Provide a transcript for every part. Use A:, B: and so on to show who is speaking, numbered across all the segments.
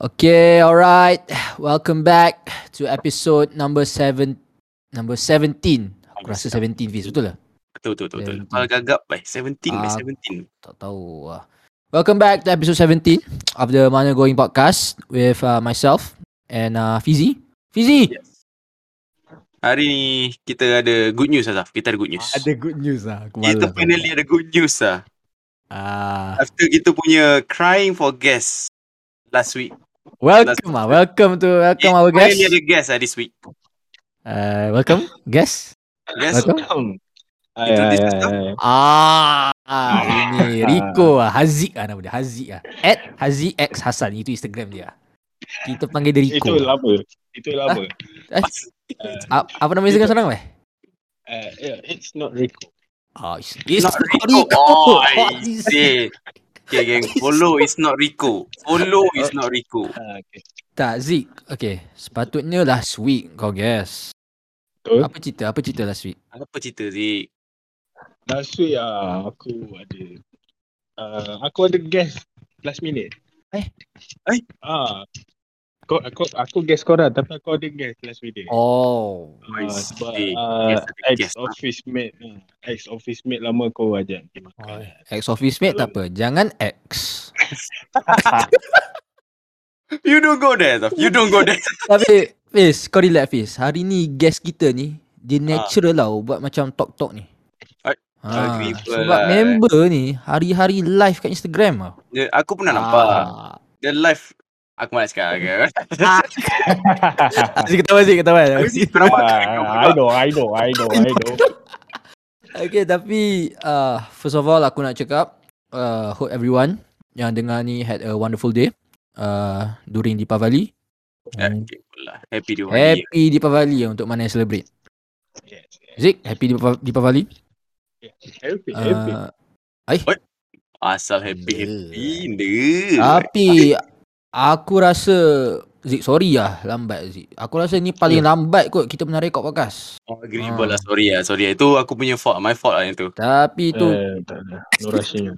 A: Okay, all right. Welcome back to episode number 7 number 17. Aku rasa 17 Fiz, betul lah?
B: Betul betul betul. betul.
A: Seventeen.
B: Kepala gagap eh 17 eh
A: Ah.
B: 17.
A: Tak tahu. ah. Welcome back to episode 17 of the Mana Going podcast with uh, myself and uh, Fizi. Fizi,
B: Yes. Hari ni kita ada good news Azaf. Kita ada good news.
C: Ada good news lah aku
B: kita
C: malas.
B: finally ada good news lah.
C: ah.
B: After kita punya crying for guests last week.
C: Welcome
A: ah.
C: lah Welcome to Welcome
B: Eh,
C: our guest
B: Finally ada guest lah this week.
A: Ah,
C: uh, Welcome Guest
B: Guest
C: Welcome.
B: Itu
D: Ay, ay,
B: discuss
D: ay,
B: lah.
D: ay.
A: ah, ah ini Rico ah, Haziq ah nama dia, Haziq ah. At Haziq X Hasan itu Instagram dia. Kita panggil dia Rico.
D: Itu lama. Itu lama.
A: A- apa nama Instagram seorang weh?
D: Uh, yeah, it's not Rico.
A: Ah, it's, it's
B: not Rico. Oh, I see. Okay, gang. Follow is not Rico. Follow is not Rico.
D: Ah, okay.
A: Tak, Zik. Okay. Sepatutnya last week kau guess.
D: Betul.
A: Apa cerita? Apa cerita last week?
B: Apa cerita Zik?
D: Last week ah, aku ada uh, aku ada guest last minute.
A: Eh?
B: Eh?
D: Ah. Aku, aku aku guest korang tapi aku ada guest last minute.
A: Oh.
B: Oh, I
D: Ah,
B: see.
D: sebab
B: Yes,
D: uh,
B: ada guest
D: ex office mate ah, ex office mate lama kau ajak pergi makan.
A: Ex office mate tak apa. Jangan ex.
B: You don't go there Azaf. You don't go there.
A: Tapi Fiz, kau relax Fiz. Hari ni guest kita ni dia natural lah buat macam talk-talk ni.
B: Ah. I-
A: Ha,
B: agree pula
A: sebab
B: lah, eh.
A: member ni hari-hari live kat Instagram lah.
B: Dia- Aku pernah
A: Ah.
B: nampak. Dia live. Aku malas sekarang.
A: Asyik ketawa Asyik ketawa.
B: Aku nampak
D: Ah,
B: kau
D: I know, I know, I know, I know.
A: Okay tapi uh, First of all aku nak cakap uh, Hope everyone Yang dengar ni had a wonderful day uh, During Deepavali Hmm.
B: Okay, pula. Happy Diwali. Happy.
A: Happy Deepavali untuk mana yang celebrate
D: Yes, yes.
A: Zik happy Deepa- Deepavali
D: Happy, happy.
A: uh,
B: Asal happy happy ni.
A: Tapi Aku rasa Zik sorry lah lambat Zik Aku rasa ni paling lambat kot kita pernah rekod podcast
B: Oh, agreeable lah. Sorry lah. Sorry lah. Itu aku punya fault. My fault lah yang tu.
A: Tapi tu
D: Eh, tak ada. No rushing.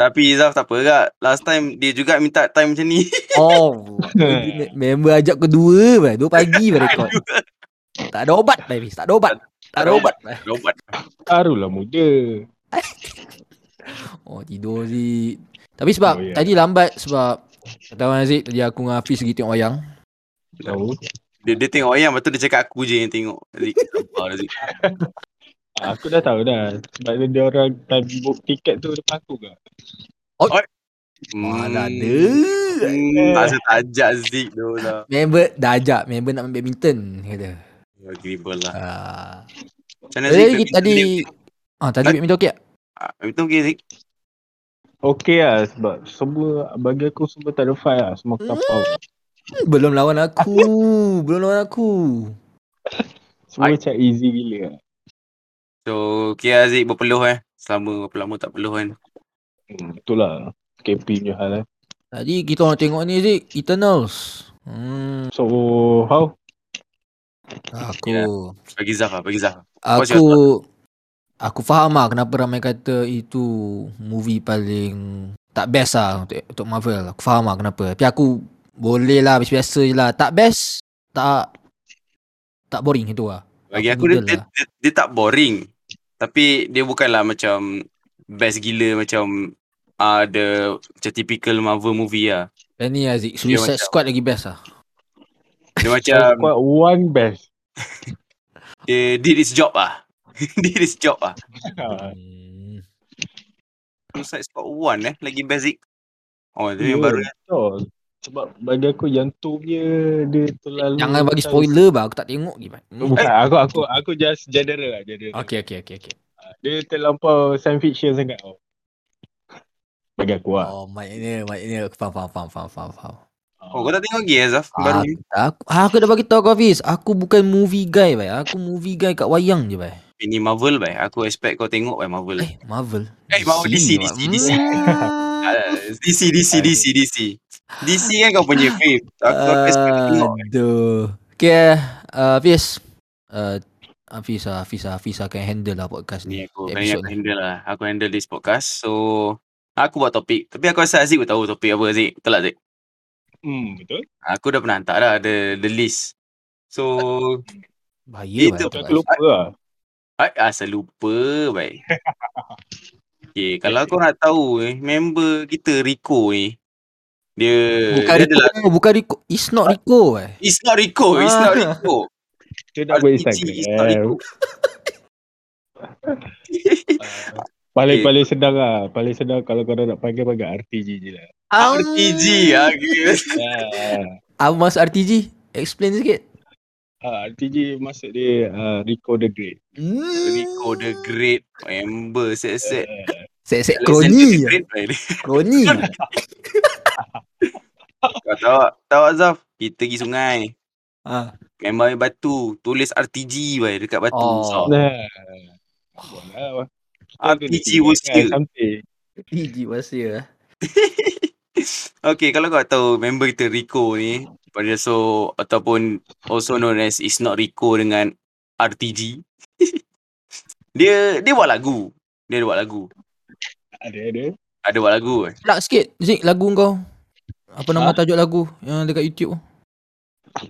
B: Tapi Izzaf tak apa kak. Last time dia juga minta time macam ni.
D: Eh.
A: Oh me- Member ajak kedua bah. Dua pagi bah rekod Tak ada obat lah Fiz. Tak ada obat Tak ada obat bah.
B: Robot.
D: Barulah muda.
A: Oh tidur Zik Tapi sebab oh,
D: Oh,
A: yeah.
D: ya.
A: tadi lambat sebab Kata orang Aziz tadi aku dengan Hafiz pergi tengok wayang
D: Tahu.
B: Dia, dia tengok ayam. Lepas tu dia cakap aku je yang tengok. Zik. Sabar lah, Zik.
D: Ah, Aku dah tahu dah. Sebab dia- dia orang time book tiket tu depan aku ke.
B: Hmm.
A: Wah dah ada
B: Hmm, Masa tak ajak Zik tu lah.
A: Member dah ajak member nak main badminton kata
B: Agreeable lah.
A: uh,
B: Macam mana
A: Tadi kita Eh, tadi Ah tadi
B: Ah.
A: badminton okey tak?
B: Itu okey Zik.
D: Okey lah sebab semua bagi aku semua tak ada fight lah. Semua kapau.
A: Hmm, Belum lawan aku Belum lawan aku
D: Semua macam easy gila lah.
B: So okay lah Zik berpeluh eh. Selama berapa lama tak peluh kan.
D: Hmm, betul lah. KP punya hal lah.
A: Tadi kita orang tengok ni Zik Eternals Hmm
D: So how?
A: Aku
B: Yeah. Bagi Zaf lah. Bagi Zaf. What's your
A: Aku Aku faham lah kenapa ramai kata itu movie paling tak best lah untuk, untuk Marvel. Aku faham lah kenapa. Tapi aku boleh lah biasa-biasa je lah. Tak best, tak tak boring itu lah.
B: Bagi
A: Aku
B: aku dia,
A: middle
B: dia,
A: lah.
B: dia, dia tak boring. Tapi dia bukanlah macam best gila macam ada uh, macam typical Marvel movie lah.
A: Dan ni Aziz, Suicide
B: macam-
A: Squad lagi best lah.
B: Dia
D: Yeah.
B: macam
D: one best.
B: dia did his job lah. did his job lah.
D: Ah.
A: Hmm.
B: Suicide Squad 1 eh lagi basic. Oh, itu
D: Ya,
B: yang baru. eh.
D: Betul. Sebab bagi aku yang tu punya dia terlalu
A: Jangan bagi
D: macam-
A: spoiler bah, aku tak tengok lagi bah. Hmm.
D: Bukan, aku aku aku just general lah general. Ah,
A: Okay, okay, okay, okay.
D: Dia terlampau science fiction sangat tau. Bagi aku lah.
A: Oh, maknanya, maknanya aku faham, faham, faham, faham, faham, faham.
B: Oh, kau tak tengok lagi eh Zaf
A: Ah.
B: baru ni.
A: Aku, ha, aku dah bagi tahu kau Hafiz, aku bukan movie guy bah. Aku movie guy kat wayang je bah.
B: Ini Marvel bai. Aku expect kau tengok bai Marvel. Eh,
A: Eh, Marvel.
B: Marvel DC DC DC. Ah, DC DC DC DC. DC kan kau punya fave. Aku uh, expect
A: Ah.
B: kau tengok. bai.
A: Aduh. Okay, uh, Hafiz. Uh, Hafiz lah, Hafiz lah, Hafiz akan handle lah podcast ni.
B: Ni aku kali ni
A: Episode
B: aku
A: ni.
B: handle lah. Aku handle this podcast. So aku buat topik. Tapi aku rasa Aziz pun tahu topik apa Aziz. Betul tak Aziz?
D: Hmm, betul.
B: Aku dah pernah hantar dah the, the list. So,
A: Bahaya
B: Itu
A: lah
D: Tapi
A: tu,
D: aku lupa lah.
B: Ah, asal lupa baik. Okay, kalau kau nak tahu eh, member kita Rico ni. Dia
A: Bukan
B: Eh, dia
A: Rico,
B: adalah
A: bukan Rico. It's not Rico eh.
B: It's not Rico, it's
A: Ah.
B: not Rico.
D: Kita dah eh. buat
B: RPG, it's not Rico.
D: Instagram.
B: Eh.
D: Paling-paling sedang lah. Paling sedang kalau kau nak panggil, panggil RTG je lah.
B: RPG ah. kira.
D: Ah,
A: Apa maksud RTG? Explain sikit.
D: ah, RTG maksud dia uh, Rico the Great.
B: Rico the Great member set-set.
D: Ah,
A: Sek-sek
B: Alexander the
A: kroni. ya.
B: Great, baik.
A: Kroni.
B: Kau tahu tak? tahu tak, Zaf? Kita pergi sungai.
A: ha.
B: Member ambil batu. Tulis RTG baik dekat batu.
A: Oh.
B: Zaf.
D: Ah, Nah. Boleh lah.
B: RPG was here.
D: Something.
A: RTG bahasa.
B: Okay, kalau kau tahu member kita Rico ni, pada so ataupun also known as It's Not Rico dengan RTG. dia dia buat lagu. Dia ada buat lagu.
D: Ada, ada.
B: Ada buat lagu. eh.
A: Pelak sikit Zik lagu kau. Apa nama
D: Ha?
A: tajuk lagu yang dekat YouTube?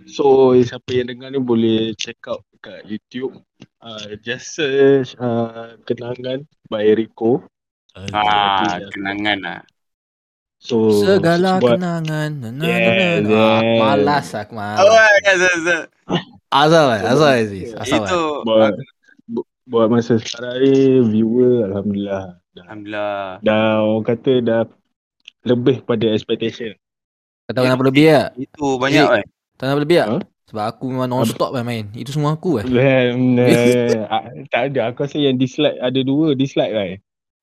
D: So siapa yang dengar ni boleh check out kat YouTube. Uh, just search uh, kenangan by Rico.
B: Ah,
D: RTG.
B: kenangan lah.
D: So
A: Segala
D: buat
A: kenangan. Na, na, na,
D: Oh,
A: na.
D: Yes,
A: Ah, aku
D: yes.
A: malas aku
B: Oh,
A: malas.
B: yes, yes, yes.
A: Azal eh, azal eh, Zik. Azal. eh.
B: Itu.
D: buat, bu- buat masa sekarang ni viewer alhamdulillah
B: Alhamdulillah.
D: dah orang kata dah lebih pada expectation.
A: Kau tahu kenapa lebih tak?
B: Itu
A: Eh.
B: banyak eh.
A: Tak nak lebih tak?
D: Ha?
A: Sebab aku memang non-stop main, main. Itu semua aku eh.
D: Dan, eh, ah, tak ada aku rasa yang dislike ada dua dislike lah.
A: eh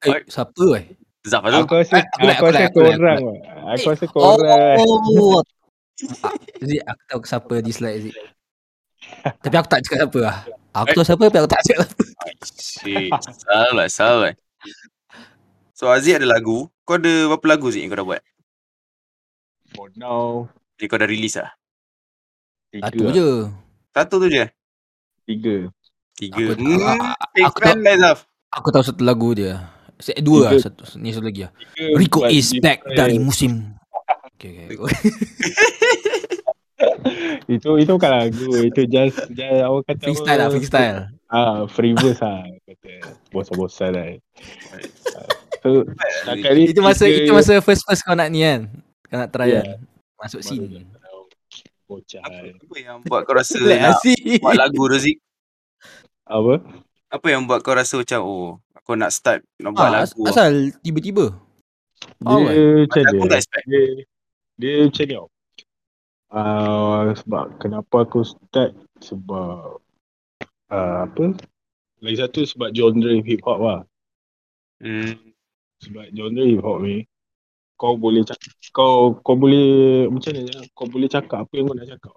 B: Eh.
A: siapa eh?
B: Zaf tu.
D: Aku rasa
A: aku like,
D: aku
A: aku like, aku
D: rasa kau
A: like, aku
D: orang. lah. Aku rasa kau
A: Oh.
D: orang.
A: Oh. Ah, Zik, aku tahu siapa dislike Zik. Tapi aku tak cakap siapa lah. Aku
D: Eh.
A: tahu siapa tapi aku tak cakap siapa.
B: Shit. Salah, salah. eh. So Aziz ada lagu. Kau ada berapa lagu Zik yang kau dah buat?
D: For now
B: Yang kau dah release lah?
D: tiga
A: Satu
D: lah.
A: Ah, je.
B: Satu tu je?
D: Tiga.
B: Tiga.
A: Aku tak-
B: Hmm,
A: aku tak-
B: fan lah Zaf.
A: Aku tahu satu lagu dia. Se- Dua lah
D: Tiga.
A: satu. Ni satu lagi lah.
D: Tiga
A: Rico
D: buat
A: is back
D: different.
A: dari musim. Okay, Oh, okay.
D: Itu itu bukan lagu Itu just, just Awak kata
A: Freestyle lah,
D: apa?
A: freestyle.
D: Ah, free verse lah Kata Bosan-bosan lah So Setakat ni
A: Itu masa
D: tiga
A: itu masa first first kau nak ni kan. Kau nak try
D: Yeah.
A: kan. Masuk
D: baru
A: sini.
D: dah tahu. Bocah
B: Apa, apa yang buat kau rasa
A: Black
B: nak
A: Asyik.
D: lah.
B: buat lagu tu Zik?
D: Apa?
B: Apa yang buat kau rasa macam oh aku nak start nak buat
A: Ah, as-
B: lagu. Asal,
A: Asal tiba-tiba.
D: Dia
A: Oh,
D: macam
B: aku
D: dia
B: tak expect.
D: Dia Dia macam ni tau. Ah, Sebab Kenapa aku start Sebab ah, Apa Lagi satu sebab genre hip hop lah
B: Hmm.
D: sebab genre hip hop ni kau boleh cakap kau kau boleh macam mana cakap? kau boleh cakap apa yang kau nak cakap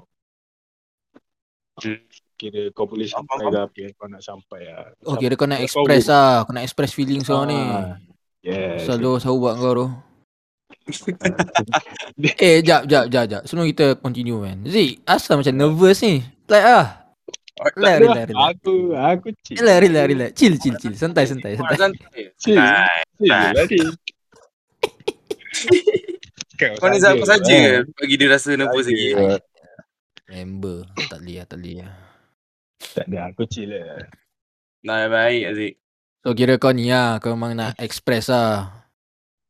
B: Hmm.
D: kira kau boleh
B: Faham,
D: sampai
B: faham.
D: ke apa yang kau nak sampai lah
A: Oh kira kau nak
D: Kau
A: express lah Kau nak express feeling kau ni
D: Ah, yes
A: Selalu selalu buat kau tu Eh jap jap jap jap Sebelum kita continue man Zik asal macam nervous ni Relax lah Relax
D: Aku-
A: relax relax
D: aku aku chill
A: Relax relax relax Chill chill chill Santai santai santai
D: chill
B: Nah,
D: chill
B: tak.
D: lari
B: kau ni Zaf, kau saja
D: kan? eh,
B: bagi dia rasa nervous lagi.
A: Member Tak boleh lah tak boleh lah
D: tak ada aku chill lah
B: Nah, baik Aziz.
A: So kira kau ni lah Kau memang nak express lah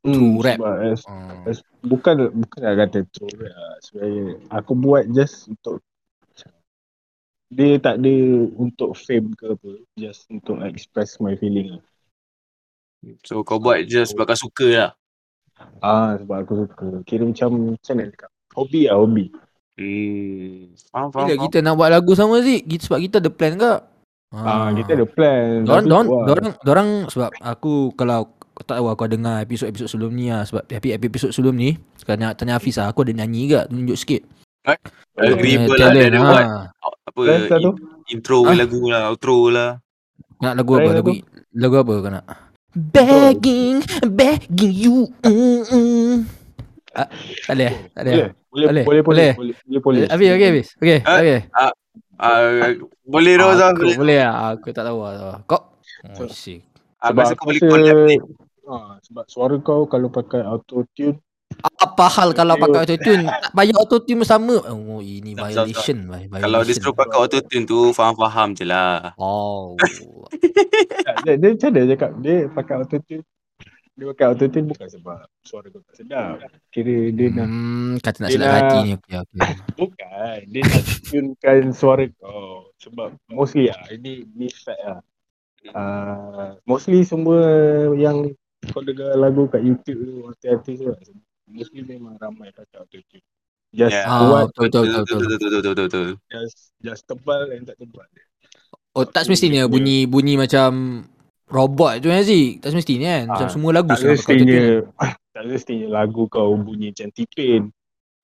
D: Hmm,
A: rap.
D: sebab, eh,
A: Hmm.
D: As- Bukan bukan nak kata tu lah. Sebenarnya aku buat just untuk dia tak ada untuk fame ke apa. Just untuk express my feeling lah.
B: So kau buat je sebab kau suka lah.
D: Ah sebab aku suka. Kira macam macam nak cakap. Hobi lah hobi.
B: Hmm. Faham, faham.
A: Bila
B: faham.
A: kita nak buat lagu sama Zik kita, Sebab kita ada plan ke
D: Ah, kita ada plan.
A: Dorang,
D: Tapi
A: dorang,
D: buat.
A: dorang, dorang sebab aku kalau kau tak tahu aku ada dengar episod-episod sebelum ni lah sebab tapi episod sebelum ni sekarang nak tanya Hafiz lah aku ada nyanyi ke tunjuk sikit
D: Eh,
B: Agreeable
A: Punya
B: lah dia
A: talent,
B: ada
A: ha.
B: buat apa
D: Plan satu.
B: in- intro
A: Ah.
B: lagu lah, outro lah.
A: nak lagu
D: Plan
A: apa lagu lagu apa kau nak begging begging you mm, mm. Ah, tak boleh eh? tak boleh eh?
D: Boleh. Boleh
A: Boleh,
D: boleh boleh boleh
A: boleh.
D: boleh. boleh, boleh.
A: Eh, Habis, okay, habis. Okay,
B: Ah,
A: okay.
B: Ah, boleh tu Zaf.
A: Aku boleh lah. Aku tak tahu lah. Kau? Oh,
D: So-
A: sick.
B: Ah,
D: Sebab
B: pasal
D: aku
B: kau boleh
D: rasa-
B: collab ni.
D: ah, sebab suara kau kalau pakai auto tune
A: Apa hal kalau pakai autotune tak payah autotune sama. Oh ini
B: Tak, tak, tak.
A: violation lah, violation.
B: Kalau dia suruh pakai autotune tu faham-faham je lah.
A: Oh.
D: Tak, dia, dia macam mana dia cakap dia pakai autotune dia pakai autotune bukan sebab suara kau tak sedap kira dia nak
A: hmm, kata nak
D: dia
A: sedap
D: nak-
A: hati ni. Okey okey.
D: bukan dia nak tunekan suara kau sebab mostly lah ini ni fact lah uh, mostly semua yang kau dengar lagu kat YouTube tu artis-artis tu lah, mostly memang ramai pakai autotune just
B: Yeah.
D: yeah.
A: Ah,
D: kuat
A: betul betul betul. betul.
B: betul, betul, betul, betul.
D: just, just tebal dan tak tebal
A: Oh tak semestinya bunyi bunyi macam robot tu eh, Aziz. Tak semestinya kan. Macam
D: Ah,
A: semua lagu
D: tak
A: sekarang pakai autotune.
D: semestinya tak semestinya lagu kau bunyi macam tipin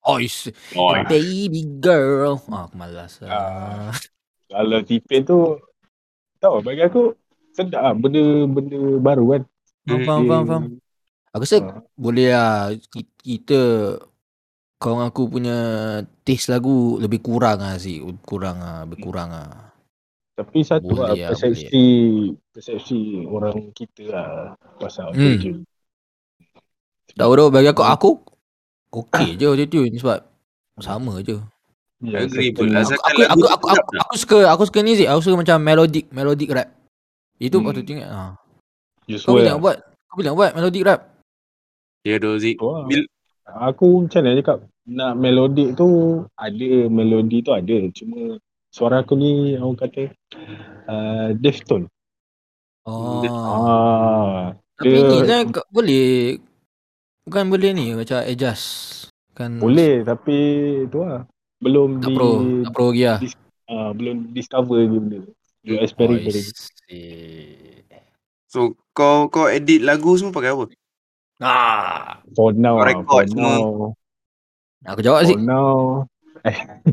A: Oh, is
B: Oh,
A: baby girl. Ah, aku malas.
D: Ah.
A: Ah.
D: Kalau tipin tu tahu bagi aku sedap lah benda benda baru kan.
A: Faham, faham,
D: Dia-
A: faham, faham. Aku rasa
D: Ah.
A: boleh lah ki- kita kau dengan aku punya taste lagu lebih kurang ah Aziz. Kurang ah, berkurang ah.
D: Tapi satu
A: Boleh
D: lah
A: lah,
D: persepsi persepsi orang kita lah pasal
A: Hmm.
D: autotune.
A: Tak tahu bagi aku aku okey je autotune sebab sama je.
D: Ya,
B: Agree
D: satu-
B: pun lah.
A: Aku
B: Asalkan
A: aku
B: lagu
A: aku
B: tu
A: aku, aku,
B: sedap
A: aku suka aku suka ni Zik. Aku suka macam melodic melodic rap. Itu
D: Hmm.
A: patut tengok. Ha.
D: you
A: Kau
D: swear
A: bila nak buat? Kau bila nak buat melodic rap?
B: Ya Dozik.
D: Tu lah.
B: Bil-
D: Aku macam mana cakap nak melodik tu ada melodi tu ada cuma suara aku ni orang kata uh, deftone.
A: Oh.
D: Hmm. Ah.
A: Tapi
D: dia-
A: ni lah kau boleh bukan boleh ni macam adjust kan
B: Hmm.
D: Boleh tapi tu lah belum
A: tak
D: di
A: pro tak pro lagi lah.
D: Ah, belum discover lagi benda tu. Belum
A: Oh,
D: experiment lagi.
A: isi.
B: So kau kau edit lagu semua pakai apa?
A: Ah,
D: For now,
B: Kau
D: ah, for
B: record semua.
D: now,
A: aku jawab
D: for
A: Zik.
D: now.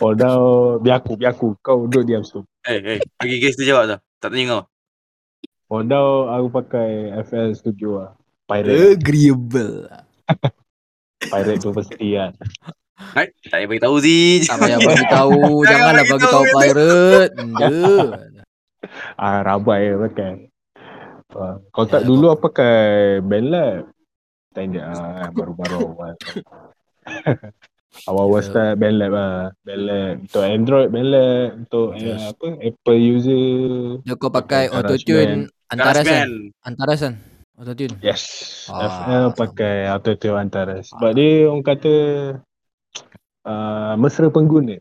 D: for now, biar aku, biar aku. Kau duduk diam situ.
B: Eh eh bagi guys tu jawab tak? Tak tanya kau.
D: For now, aku pakai FL Studio lah. Pirate,
B: Eh.
A: Agreeable.
D: pirate tu pasti lah.
B: Hai, tak payah bagi tahu Zik.
A: Tak payah bagi tahu,
B: Jangan
A: janganlah
B: bagi
A: bagi
B: tahu,
A: tahu pirate. Benda.
D: Ah, rabai lah pakai. Ah, Kalau tak
A: Ya,
D: dulu aku pakai Bandlab. Tanya ah, baru-baru awal. Awal-awal
A: Ya.
D: start Bandlab lah. Bandlab untuk Android, Bandlab untuk eh,
A: Yes.
D: apa Apple user.
A: Dia kau pakai
D: Garage
A: autotune antara
B: Garas
A: san,
B: band.
A: antara san. Autotune.
D: Yes.
A: Ah,
D: FL pakai autotune antara. Sebab dia orang kata ah, mesra pengguna.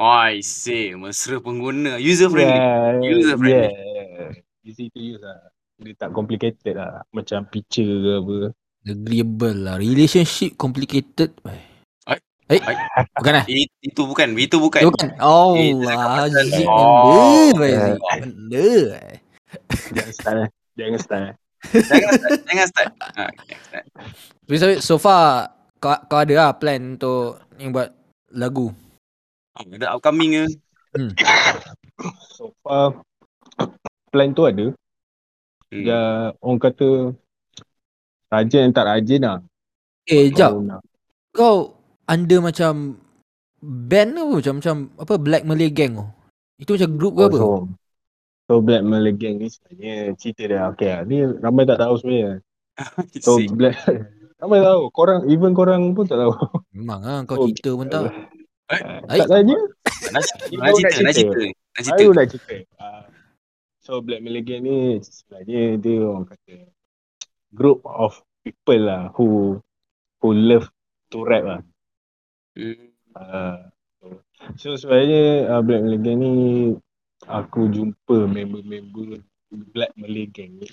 B: Oh, I see. Mesra pengguna. User friendly.
D: Yeah,
B: User friendly.
D: Yeah. Ya, Easy to use lah. Dia tak complicated lah. Macam picture ke apa.
A: Agreeable lah. Relationship complicated. Eh.
B: Ai,
A: Eh.
B: ai.
A: Bukan eh?
B: It, itu bukan. Itu bukan.
A: Itu bukan. Oh,
B: Eh, itu
A: lah.
B: pasal-
A: Zik
B: Oh.
A: benda. weh, Zik benda. eh.
D: Jangan start eh. Jangan start eh.
B: Jangan start. Jangan start. Ha, okay, start.
A: Tapi so, so far kau, kau ada lah plan untuk ni buat lagu.
B: Ah, Ada upcoming ke?
D: So far plan tu ada.
B: Hmm.
D: Dia orang kata rajin tak rajin lah.
A: Eh, jap.
D: Kalau nak.
A: kau under macam band ke apa? macam macam apa Black Malay Gang tu. Itu macam group ke apa?
D: Oh, So, so Black Malay Gang ni sebenarnya cerita dia. Okay lah. Ni ramai tak tahu sebenarnya. So
B: Sick.
D: Black ramai tak tahu. Korang, even korang pun tak tahu.
A: Memang ah kau
D: Oh,
A: cerita pun tak. Eh,
D: tak tanya.
B: Nak
D: Ini
B: nak
D: baru
B: cerita,
D: nak
B: nak
D: cerita.
B: cerita. Nak cerita.
D: Baru nak cerita. Ah, so Black Malay Gang ni sebenarnya dia orang kata group of people lah who who love to rap lah.
B: Hmm.
D: Ah, so sebenarnya uh, Black Malay Gang ni aku jumpa member-member Black Malay Gang ni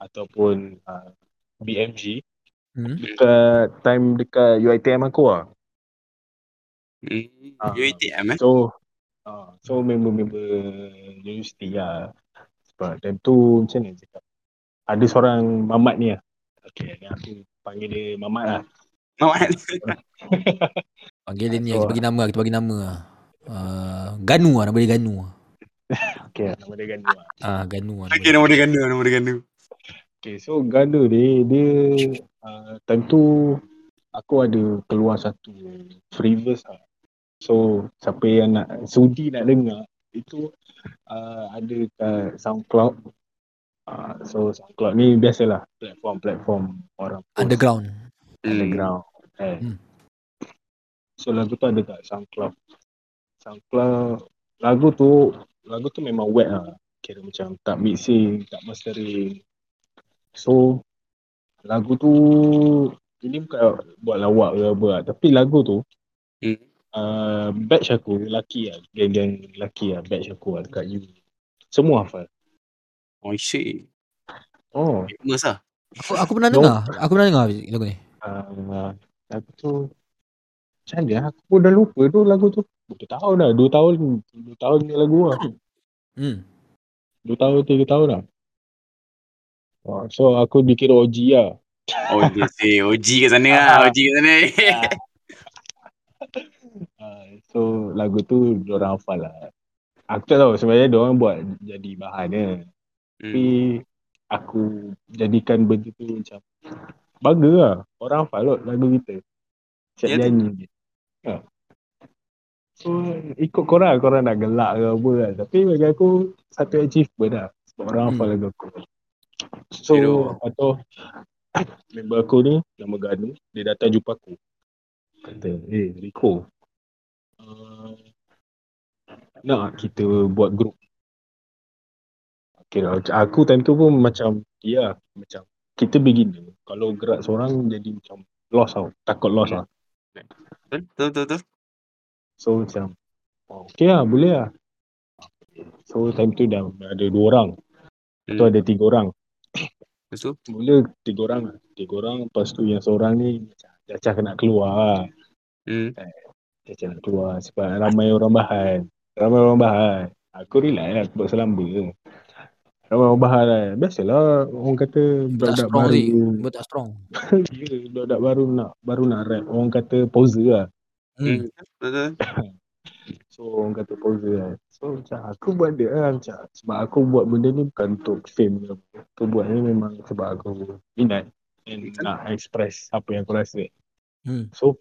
D: ataupun uh, BMG
A: Hmm.
D: dekat time dekat UiTM aku lah.
B: Hmm.
D: Ah.
B: UiTM eh?
D: So uh, so member-member universiti lah. Sebab time tu macam mana cakap. Ada seorang Mamat ni lah. Okay, aku panggil dia Mamat lah.
B: Mamat.
A: Panggil dia ni lah,
D: So-
A: kita bagi nama kita bagi nama ah. Uh, Ganu lah, nama dia Ganu lah.
D: Okay, nama dia Gandu lah.
A: Ah, Ganu lah. nama
B: Okay,
A: dia.
B: nama dia ganda. Nama dia ganda.
D: Okay, so Ganda ni dia uh, time tu aku ada keluar satu free verse lah. So siapa yang nak sudi nak dengar itu uh, ada kat SoundCloud Uh, so SoundCloud ni biasalah platform-platform orang post
A: Underground.
D: underground. Eh.
A: Hmm.
D: So lagu tu ada kat SoundCloud. SoundCloud lagu tu lagu tu memang wet lah. Kira macam tak mixing, tak mastering. So lagu tu ini bukan buat lawak ke apa lah. Tapi lagu tu
B: Hmm.
D: uh, batch aku lelaki lah. Geng-geng lelaki lah batch aku lah dekat you. Semua hafal.
B: Oh shit.
D: Oh.
B: Famous lah.
A: Aku, aku pernah
D: No.
A: dengar. Aku pernah dengar lagu ni.
D: Uh, lagu tu macam mana lah? aku pun dah lupa tu lagu tu. Dua tahun dah. Dua tahun. Dua tahun ni lagu lah.
A: Hmm.
D: Dua tahun, tiga tahun lah. Wah, so aku dikira OG lah.
B: OG si OG kat sana lah. OG kat sana.
D: Uh, so lagu tu diorang hafal lah. Aku tak tahu sebenarnya diorang buat jadi bahan ya. Tapi
B: Hmm.
D: aku jadikan benda tu macam bagus lah. Orang hafal lot lagu kita. Siap
B: Ya tu.
D: nyanyi. Ha. So ikut korang, korang nak gelak ke apa kan. Tapi bagi aku satu achievement lah. Sebab orang hafal lagu aku. So
B: Hero.
D: atau member aku ni nama Ganu dia datang jumpa aku kata eh Rico uh, nak kita buat group kira okay, aku time tu pun macam ya macam kita beginner kalau gerak seorang jadi macam lost tau takut lost lah
B: Betul, Betul betul betul.
D: so macam oh, okay lah boleh lah so time tu dah ada dua orang
B: Hmm.
D: tu ada tiga orang
B: Lepas tu.
D: mula tiga orang lah. tiga orang lepas tu yang seorang ni macam cacah nak keluar lah
B: Hmm.
D: Cacah nak keluar sebab ramai orang bahan. Ramai orang bahan. Aku relax lah aku buat selamba. Ramai orang bahan lah. Biasalah orang kata
A: Tak
D: budak-budak
A: strong ni.
D: baru.
A: Betul tak strong.
D: Ya, budak-budak baru nak baru nak rap. Orang kata poser lah.
B: Hmm.
A: Hmm.
B: Betul, Betul.
D: So orang kata poser lah. So macam aku buat dia lah macam sebab aku buat benda ni bukan untuk fame ke apa. Aku buat ni memang sebab aku minat and nak express apa yang aku rasa.
A: Hmm.
D: So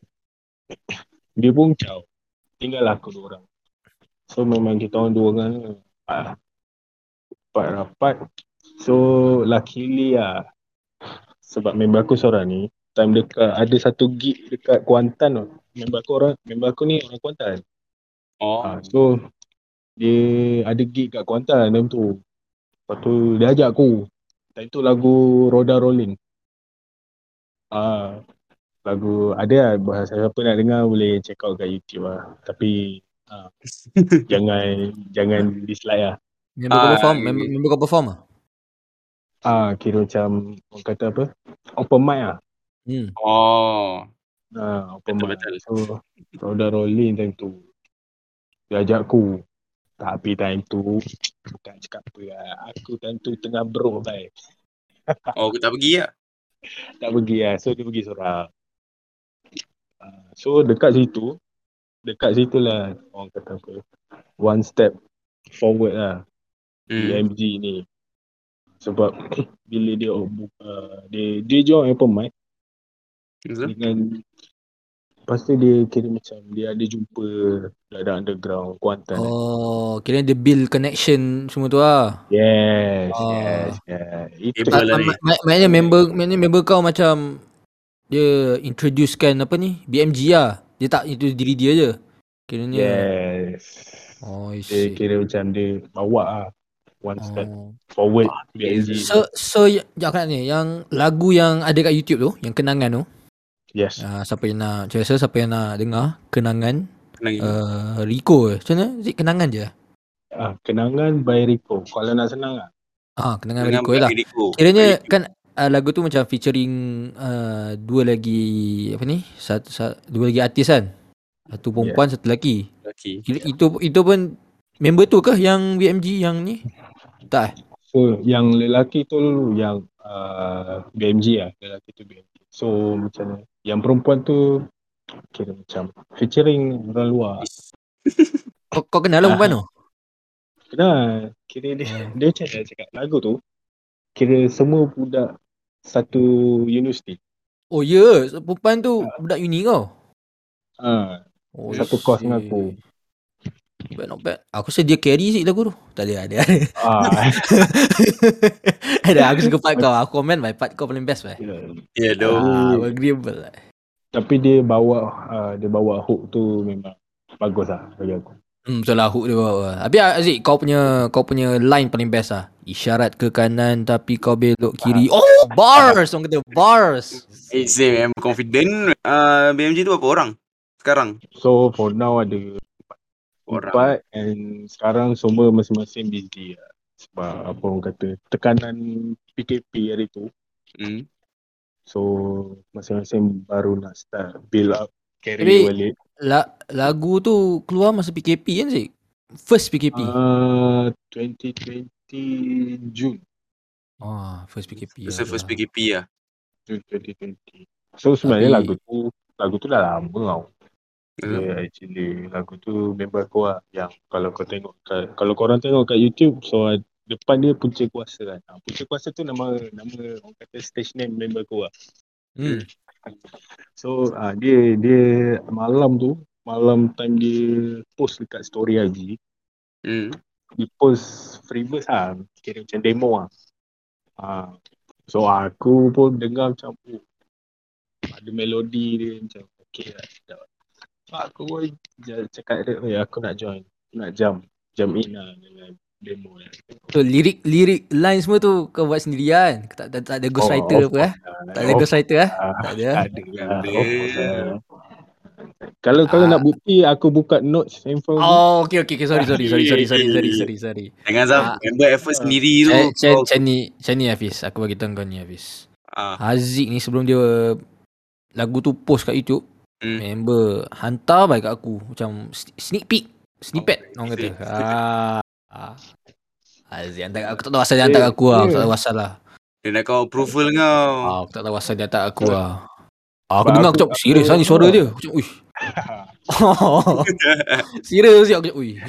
D: dia pun caw. Tinggal aku dua orang. So memang kita orang dua orang ni, ah, rapat-rapat. So luckily lah sebab member aku seorang ni time dekat ada satu gig dekat Kuantan tau. Member aku orang member aku ni orang Kuantan.
B: Oh.
D: Ha, so dia ada gig kat Kuantan time tu. Lepas tu dia ajak aku. Time tu lagu Roda Rolling. Ah, lagu ada lah bahasa siapa nak dengar boleh check out kat YouTube lah. Tapi ah, jangan jangan dislike lah.
A: Member kau
B: Ah,
A: perform?
B: okay.
A: Member, member kau perform ah?
D: Ah, kira macam orang kata apa? Open mic lah.
A: Hmm.
B: Oh.
D: Ah, open mic.
B: Betul,
D: So Roda Rolling time tu. Dia ajak aku. Tapi time tu bukan cakap apa lah. Aku time tu tengah bro baik.
B: Oh aku tak pergi lah.
D: tak pergi lah. So dia pergi seorang. Ah, So dekat situ, dekat situ lah orang kata apa. One step forward lah
B: Hmm.
D: DMG ni. Sebab bila dia uh, dia dia join open mic
B: Betul.
D: dengan lepas tu dia kira macam dia ada jumpa dalam underground Kuantan. Oh.
A: Oh, kira dia build connection semua tu lah.
D: Yes,
A: Ah.
D: yes, yes. Itu
B: Able
A: Ma-
B: lah ni.
A: ma- ma- Maknanya member maknanya member kau macam dia introducekan apa ni? BMG lah. Dia tak itu diri dia je. Kiranya.
D: yes.
A: Oh, I
D: Dia
A: see.
D: kira macam dia bawa lah one step
A: Oh.
D: forward BMG.
A: So so y- jangan ni yang lagu yang ada kat YouTube tu, yang kenangan tu.
D: yes.
A: Uh, siapa yang nak saya rasa siapa yang nak dengar kenangan
B: Kenangan.
A: uh, Rico ke? Macam mana? Zik kenangan je.
D: Ah, kenangan by Rico. Kalau nak senang ah.
A: Ah, kenangan,
B: Kenangan
A: Rico je lah.
B: bagi Rico.
A: Kiranya
B: Bagi-
A: kan uh, lagu tu macam featuring uh, dua lagi apa ni? Satu, satu dua lagi artis kan. Satu perempuan, satu lelaki.
B: Lelaki.
A: Kira- Itu itu pun member tu ke yang BMG yang ni? Tak eh?
D: So yang lelaki tu yang uh, BMG lah. Lelaki tu BMG. So macam mana? Yang perempuan tu kira macam featuring orang luar.
A: Kau, kau kenal lah
D: Ah.
A: perempuan tu?
D: Kenal. Kira dia, dia macam mana nak cakap lagu tu. Kira semua budak satu universiti.
A: Oh ya, yeah. perempuan tu budak uni kau.
D: Ah,
A: Oh,
D: Satu kos
A: shit.
D: dengan aku.
A: Bad not bad. Aku rasa dia carry sikit lagu tu. Tak ada, ada. ada.
D: Ah,
A: ada aku suka part kau. Aku komen my part kau paling best weh.
D: ya.
B: Yeah,
A: Oh,
B: doh.
A: ah, agreeable lah.
D: Tapi dia bawa uh, dia bawa hook tu memang bagus lah bagi aku.
A: Hmm, betul lah hook dia bawa. Habis ah, Aziz kau punya kau punya line paling best lah. Isyarat ke kanan tapi kau belok kiri. Oh, bars. Orang kata bars.
B: Eh, Zim, I'm confident. Uh, BMG tu berapa orang? Sekarang?
D: So for now ada
B: Orang.
D: empat and sekarang semua masing-masing busy lah. Sebab apa orang kata tekanan PKP hari tu.
B: Hmm.
D: So masing-masing baru nak start build up carry
A: Tapi-
D: balik.
A: La, lagu tu keluar masa PKP kan sih? First PKP.
D: Uh, 2020 Jun.
A: oh, first PKP.
B: Masa first
A: lah.
B: PKP lah.
D: Jun 2020. So sebenarnya
A: Tapi-
D: lagu tu lagu tu dah lama tau.
B: Hmm.
D: Yeah, actually lagu tu member aku lah yang kalau kau tengok kat, kalau korang tengok kat YouTube so ah, depan dia punca kuasa kan. Ah, punca kuasa tu nama nama orang kata stage name member aku lah.
A: Hmm.
D: So ah, dia dia malam tu malam time dia post dekat story IG
B: Hmm.
D: dia post free verse lah kira macam demo lah. Ah, so aku pun dengar macam oh, ada melodi dia macam okay lah sedap. So, aku pun ja- cakap dia "Oi, aku nak join, aku nak jam, jam in lah dengan demo ni.
A: So, lirik lirik line semua tu kau buat sendiri kan? Tak, tak, tak ada ghostwriter
D: Oh,
A: apa
D: ah,
A: eh? Tak ada ghostwriter eh? Tak ada. eh?
D: ada lah.
B: Ada.
D: Of course lah. Kalau kalau
A: Ah.
D: nak bukti aku buka notes handphone.
A: Oh, okay, okay, okay. Sorry, sorry, sorry, sorry, sorry, sorry, sorry, sorry.
B: Jangan Zaf,
A: Ah.
B: member effort sendiri tu.
A: Macam macam-
B: kau-
A: macam ni, macam ni Hafiz. Aku bagi tahu kau ni Hafiz.
B: Ah,
A: Haziq ni sebelum dia lagu tu post kat YouTube,
B: Hmm.
A: member hantar baik kat aku macam sne- sneak peek, snippet
B: Oh,
A: orang kata.
B: sneak
A: Ah. ah. Haziq hantar aku tak tahu asal dia hantar kat aku lah. Aku tak tahu asal lah.
B: dia nak kau approval kau.
A: Ah, aku tak tahu asal dia hantar aku lah. Ah, aku
D: Sebab
A: dengar
D: aku-
A: aku cakap
D: aku-
A: serius lah ni suara dia. Aku cakap, uish. serius je aku cakap, uish.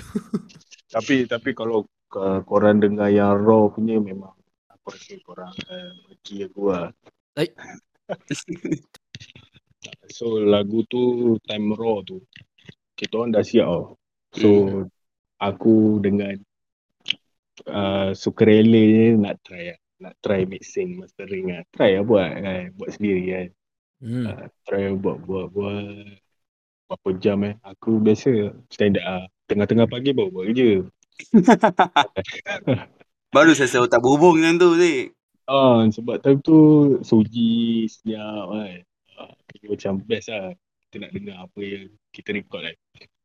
D: Tapi tapi kalau uh, korang dengar yang raw punya memang aku rasa korang uh, maki aku lah.
A: Like? Ah.
D: so lagu tu time raw tu kita orang dah siap tau. So
B: Hmm.
D: aku dengan uh, sukarela je nak try lah. Nak try mixing mastering lah. Try lah buat kan. Buat sendiri kan.
A: Hmm.
D: Ah, try buat buat buat berapa jam eh aku biasa stand up ah tengah-tengah pagi baru buat kerja
B: Baru saya tahu tak berhubung dengan tu, Zik.
D: ah sebab time tu suji senyap kan ah, kita macam best lah kita nak dengar apa yang kita record kan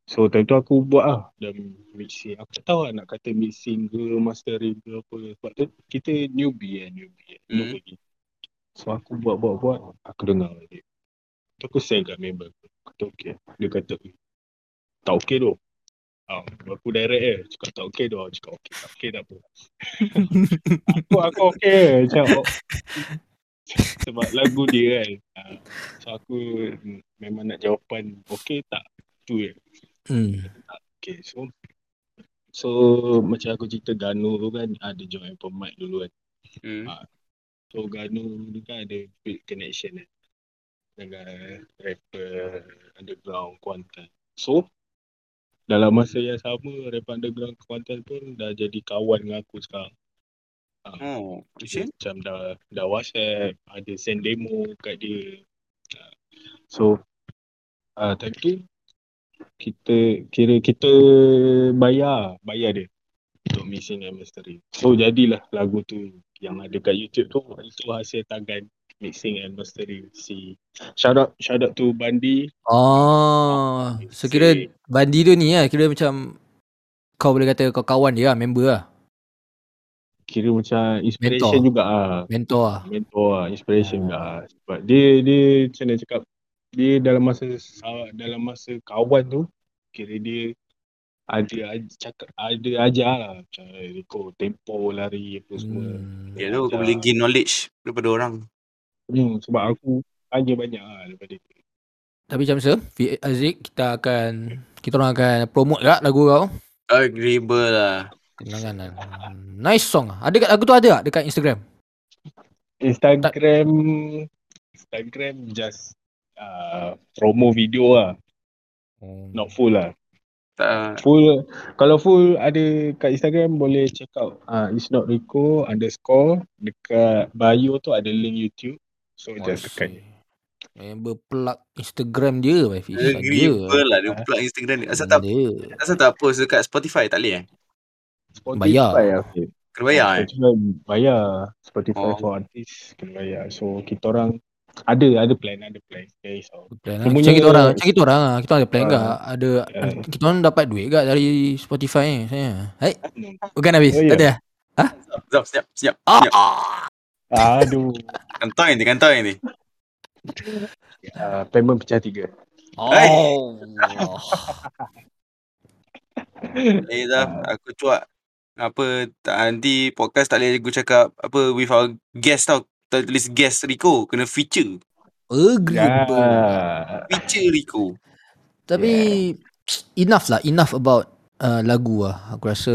D: so time tu aku buat lah dan mixing aku tak tahu lah nak kata mixing ke mastering ke apa sebab tu kita newbie kan newbie kan
B: Hmm.
D: noob lagi so aku buat buat buat aku dengar balik tu aku send kat member aku kata okay dia kata "Eh, tak okay tu Ah, aku direct eh cakap tak okay tu cakap okay tak okay tak apa aku aku okay macam oh. sebab lagu dia kan Ah, so aku mm, memang nak jawapan okay tak tu je
A: Hmm.
D: Okay, so so macam aku cerita Ganu tu kan ada join pemic dulu kan.
B: Hmm.
D: So Ganu tu kan ada build connection kan dengan rapper underground Kuantan. So dalam masa yang sama rapper underground Kuantan pun dah jadi kawan dengan aku sekarang. Ah,
B: Oh, Ishin?
D: dia macam dah dah WhatsApp, ada send demo kat dia. Ah, So uh, time tu kita kira kita bayar bayar dia untuk mixing and mastering. So jadilah lagu tu yang ada kat YouTube tu itu hasil tangan mixing and mastering si shout out shout out to Bandi
A: Oh, so kira
D: Si-
A: Bandi tu ni lah, kira macam kau boleh kata kau kawan dia lah, member lah,
D: kira macam inspiration
A: Mentor.
D: juga ah
A: mentor lah.
D: mentor lah, inspiration juga lah. Sebab dia dia macam mana cakap dia dalam masa sa- dalam masa kawan tu kira dia ada aj- cakap ada ajar lah macam eh, Rico tempo lari apa semua. Hmm.
A: Hmm.
B: Ya tu, kau boleh gain knowledge daripada orang.
D: Hmm, sebab aku tanya banyak lah daripada dia.
A: Tapi macam mana, Fi- Aziz, kita akan, kita orang akan promote lah lagu kau.
B: Agreeable lah.
A: Kenangan lah. Hmm, Nice song lah. Ada kat lagu tu ada tak dekat Instagram?
D: Instagram Instagram just uh, promo video lah,
A: Oh.
D: not full lah.
B: Tak.
D: Full Kalau full ada kat Instagram Boleh check out uh, It's not Rico underscore Dekat bio tu ada link YouTube So
B: Oh,
D: just tekan
A: Member plug Instagram dia Wifi
B: Agree
A: Dia
B: pula lah dia plug Instagram ni. Asal tak
A: Dia.
B: asal tak post dekat Spotify tak boleh eh?
D: Spotify
A: Bayar.
D: lah, okay.
B: Kena bayar eh.
D: Spotify bayar Spotify
B: Oh.
D: oh. for artist Kena bayar So kita orang Ada ada plan Ada plan Jangan risau
A: Plan lah.
D: Dia punya-
A: Macam kita orang Macam kita orang lah. Kita orang ada plan
D: Ah.
A: gak Ada
D: Ah.
A: Kita orang dapat duit gak Dari Spotify ni Saya Hai Bukan habis
D: Oh, ya.
A: Tak ada
B: Zap, siap, siap.
A: Ah,
B: Yap.
A: ah.
D: Aduh
B: Kantoi ni, kantoi ni.
D: uh, Payment pecah tiga
B: Hai.
A: Oh
B: Eh Zaf, aku cuak. Apa, tak, nanti podcast tak boleh aku cakap apa with our guest tau. Tak tulis guest Rico, kena feature.
A: Agree
D: Ah, Ya
B: Feature Rico.
A: Tapi Enough lah Enough about uh, Lagu lah Aku rasa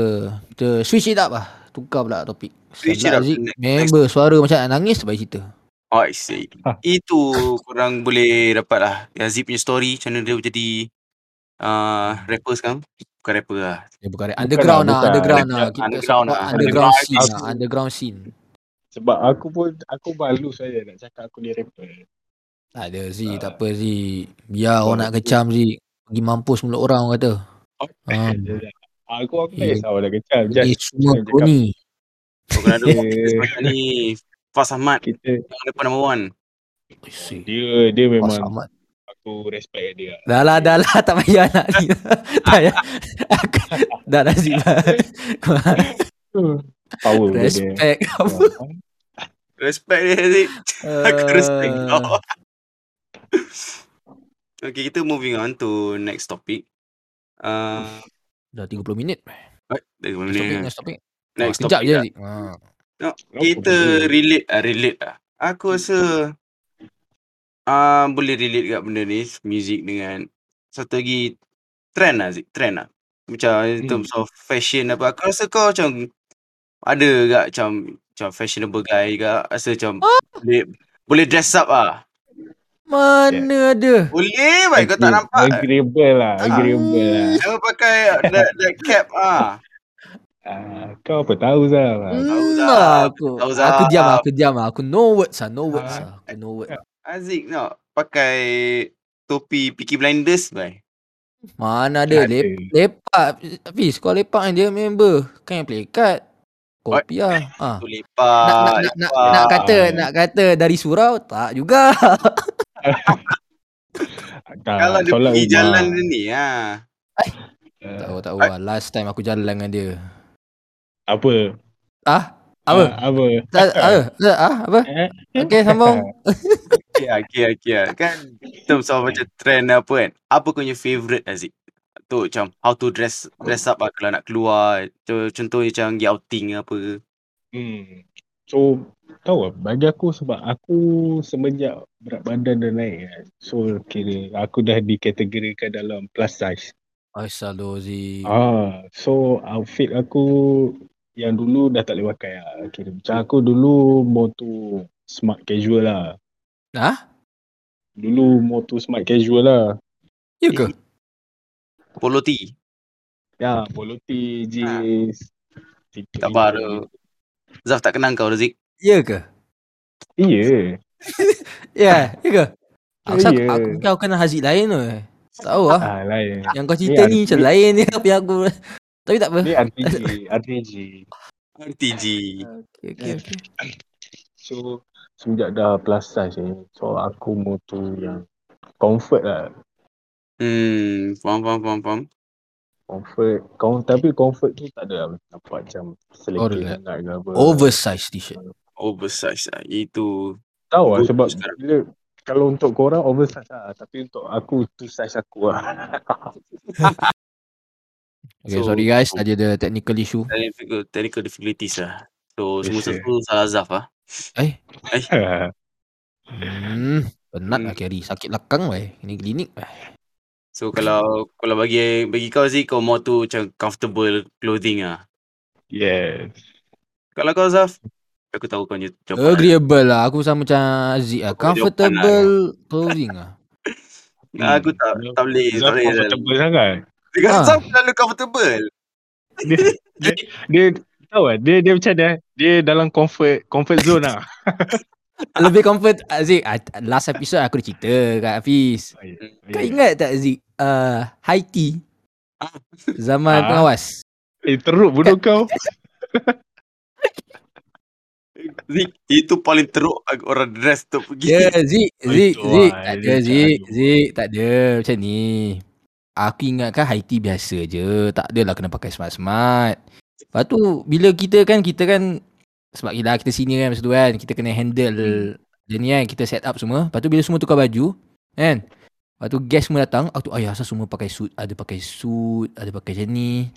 A: Kita switch it up lah Tukar pula topik
B: Switch
A: Ustaz
B: it up.
A: Aziz,
B: Next-
A: Member suara macam nak nangis Baik cerita
B: Oh, I see.
A: Ah.
B: Itu korang boleh dapat lah. Yazid punya story, macam mana dia jadi uh, rapper sekarang. Bukan rapper lah.
A: Ya, bukan,
D: Bukan
A: underground
D: lah,
A: lah,
D: bukan.
A: underground lah. Kita
B: Underground
A: underground underground
B: lah. Underground
A: scene lah,
D: artist.
A: underground scene.
D: Sebab aku pun Aku malu saya Nak cakap aku ni rapper
A: Tak ada Z,
D: Ah.
A: tak apa Z. Biar
D: Betul,
A: orang nak
D: betul.
A: kecam Z. Pergi mampus mulut orang orang kata.
B: Oh,
A: Ha.
D: Aku aku
A: Ya.
D: yeah. tahu dah kecam.
A: Ni
D: Just
A: semua
D: jangan
A: kau eh,
D: cakap.
A: ni.
B: Kau kena ada
D: Eh.
B: setakat ni. Fas Ahmad,
D: kita
B: yang depan number one.
D: dia dia
A: Pas
D: memang
A: amat.
D: aku respect dia.
A: Dah lah, dah lah. Tak payah nak ni. tak payah. Aku- dah dah Z lah. Hmm.
D: Power dia. Ah,
A: Respect. Apa?
B: Respect dia, Yazid. Aku respect kau.
A: Eh,
B: okay, kita moving on to next topic. Uh,
A: Dah 30 minit.
B: eh, dari mana
A: Next topic,
B: ni?
A: next topic.
B: Next
A: Ah, Kejap
B: topic
A: je
B: lah.
A: Z. Ha.
B: Kita relate ah relate ah. Aku rasa ah boleh relate kat benda ni music dengan satu lagi trend lah Zik, trend lah. Macam in
D: Hmm.
B: terms of fashion apa. Aku rasa kau macam ada gak macam macam fashionable guy gak rasa macam
A: Oh.
B: boleh boleh dress up ah.
A: Mana ada?
B: Boleh baik kau tak nampak.
D: Agreeable lah,
B: Ah.
D: agreeable lah.
B: Jangan pakai that, that cap ah.
D: Ah, kau apa tahu Zal?
B: Tahu
A: Hmm,
B: dah.
A: lah aku.
B: Tahu dah.
A: Aku diam lah, aku diam lah. Aku no words lah, no words lah. Aku no words.
B: Azik nak pakai topi Peaky Blinders baik.
A: Mana ada
D: Ada.
A: lep, lepak. Hafiz, kau lepak kan dia member. Kan yang play card. Kopi lah. Ha.
B: Tu
A: Nak, nak,
B: Ah, lepak.
A: nak, nak, nak kata
D: Ah.
A: nak kata dari surau tak juga.
D: Tak,
B: Kalau dia
D: Ah, solat
B: pergi
D: rumah.
B: jalan dia ni ha.
D: Ah,
A: Tahu tahu lah. Last time aku jalan dengan dia.
D: apa?
A: Ah, apa?
D: Ah, apa?
A: Tak apa? Tak, ah, apa?
D: Eh?
A: Okey, sambung.
B: Okay lah, okay lah, okay lah. Kan in terms of macam trend apa kan. Apa kau punya favourite Aziz? Tu macam how to dress dress up lah kalau nak keluar. Tu, contohnya macam pergi outing ke apa. ke.
D: Hmm. So tahu lah, bagi aku sebab aku semenjak berat badan dah naik kan. So kira aku dah dikategorikan dalam plus size.
A: Aisalozi.
D: Ah, so outfit aku yang dulu dah tak boleh pakai lah. Kira macam aku dulu more to smart casual lah.
A: Hah?
D: Dulu more to smart casual lah.
A: Ya ke?
B: Polo tee.
D: Ya, polo tee, jeans, t-shirt
B: Tak baru. Zaf tak kenang kau Razik.
A: Ya ke?
D: Iya.
A: Ya, ya ke? Aku
D: Ya,
A: aku,
D: ya.
A: aku kau kenal Haziq lain tu. eh. Tak Tahu ah.
D: Ah, lain.
A: Yang kau cerita
D: Ni
A: ni macam
D: arti-
A: lain ni apa yang aku Tapi tak apa
D: Ni RPG, RPG.
B: RTG.
A: okay, okay, okay.
D: So semenjak dah plus size ni So aku motor yang comfort lah
B: Hmm, faham, faham, faham, faham.
D: Comfort kau, Tapi comfort tu tak ada lah nampak macam
A: Oh,
D: selektif
A: relax.
D: sangat ke apa
A: Oversized t-shirt
B: Oversize lah. Itu.
D: Tahu lah
B: Good
D: sebab
B: sekarang.
D: bila kalau untuk korang oversize lah Tapi untuk aku tu size aku lah
A: Okay
B: So-
A: sorry guys Tadi ada technical issue
B: Technical, technical difficulties lah. So,
D: Yes,
B: semua
D: sir.
B: satu salah Zaf lah.
A: Eh
D: Dah
A: hmm, Penat lah carry Sakit lakang weh Ini klinik weh
B: So kalau kalau bagi bagi kau Zik kau more tu macam comfortable clothing ah.
D: Yes
B: Kalau kau Zaf aku tahu kau punya jawapan.
A: Agreeable lah Aku sama macam Aziz lah
B: Aku
A: Comfortable Clothing lah
B: Aku tak tak boleh tak
D: Zaf
B: boleh. Zal.
D: comfortable sangat
B: Dengan
A: Ah.
B: ha. Sam selalu comfortable.
D: dia, dia, dia tahu lah, dia, dia macam dia, dia dalam comfort comfort zone lah.
A: Lebih comfort Aziz ah, Last episode aku dah cerita Kat Hafiz Kau ingat tak Aziz uh, High tea
B: Ah.
A: Zaman
D: Ah.
A: pengawas
D: Eh teruk bodoh kau.
B: Zik, itu paling teruk ag- orang dress tu pergi.
A: Ya Zik Zik
D: Itu
A: Zik
D: lah,
A: Tak ada
D: dia
A: Zik
D: cakap.
A: Zik Tak ada Macam ni Aku ingatkan high tea biasa je Tak adalah kena pakai smart-smart Lepas tu Bila kita kan Kita kan Sebab kita, kita senior kan Masa tu kan Kita kena handle Dia ni kan Kita set up semua Lepas tu bila semua tukar baju Kan Lepas tu guest semua datang Aku tu ayah asal semua pakai suit Ada pakai suit Ada pakai macam ni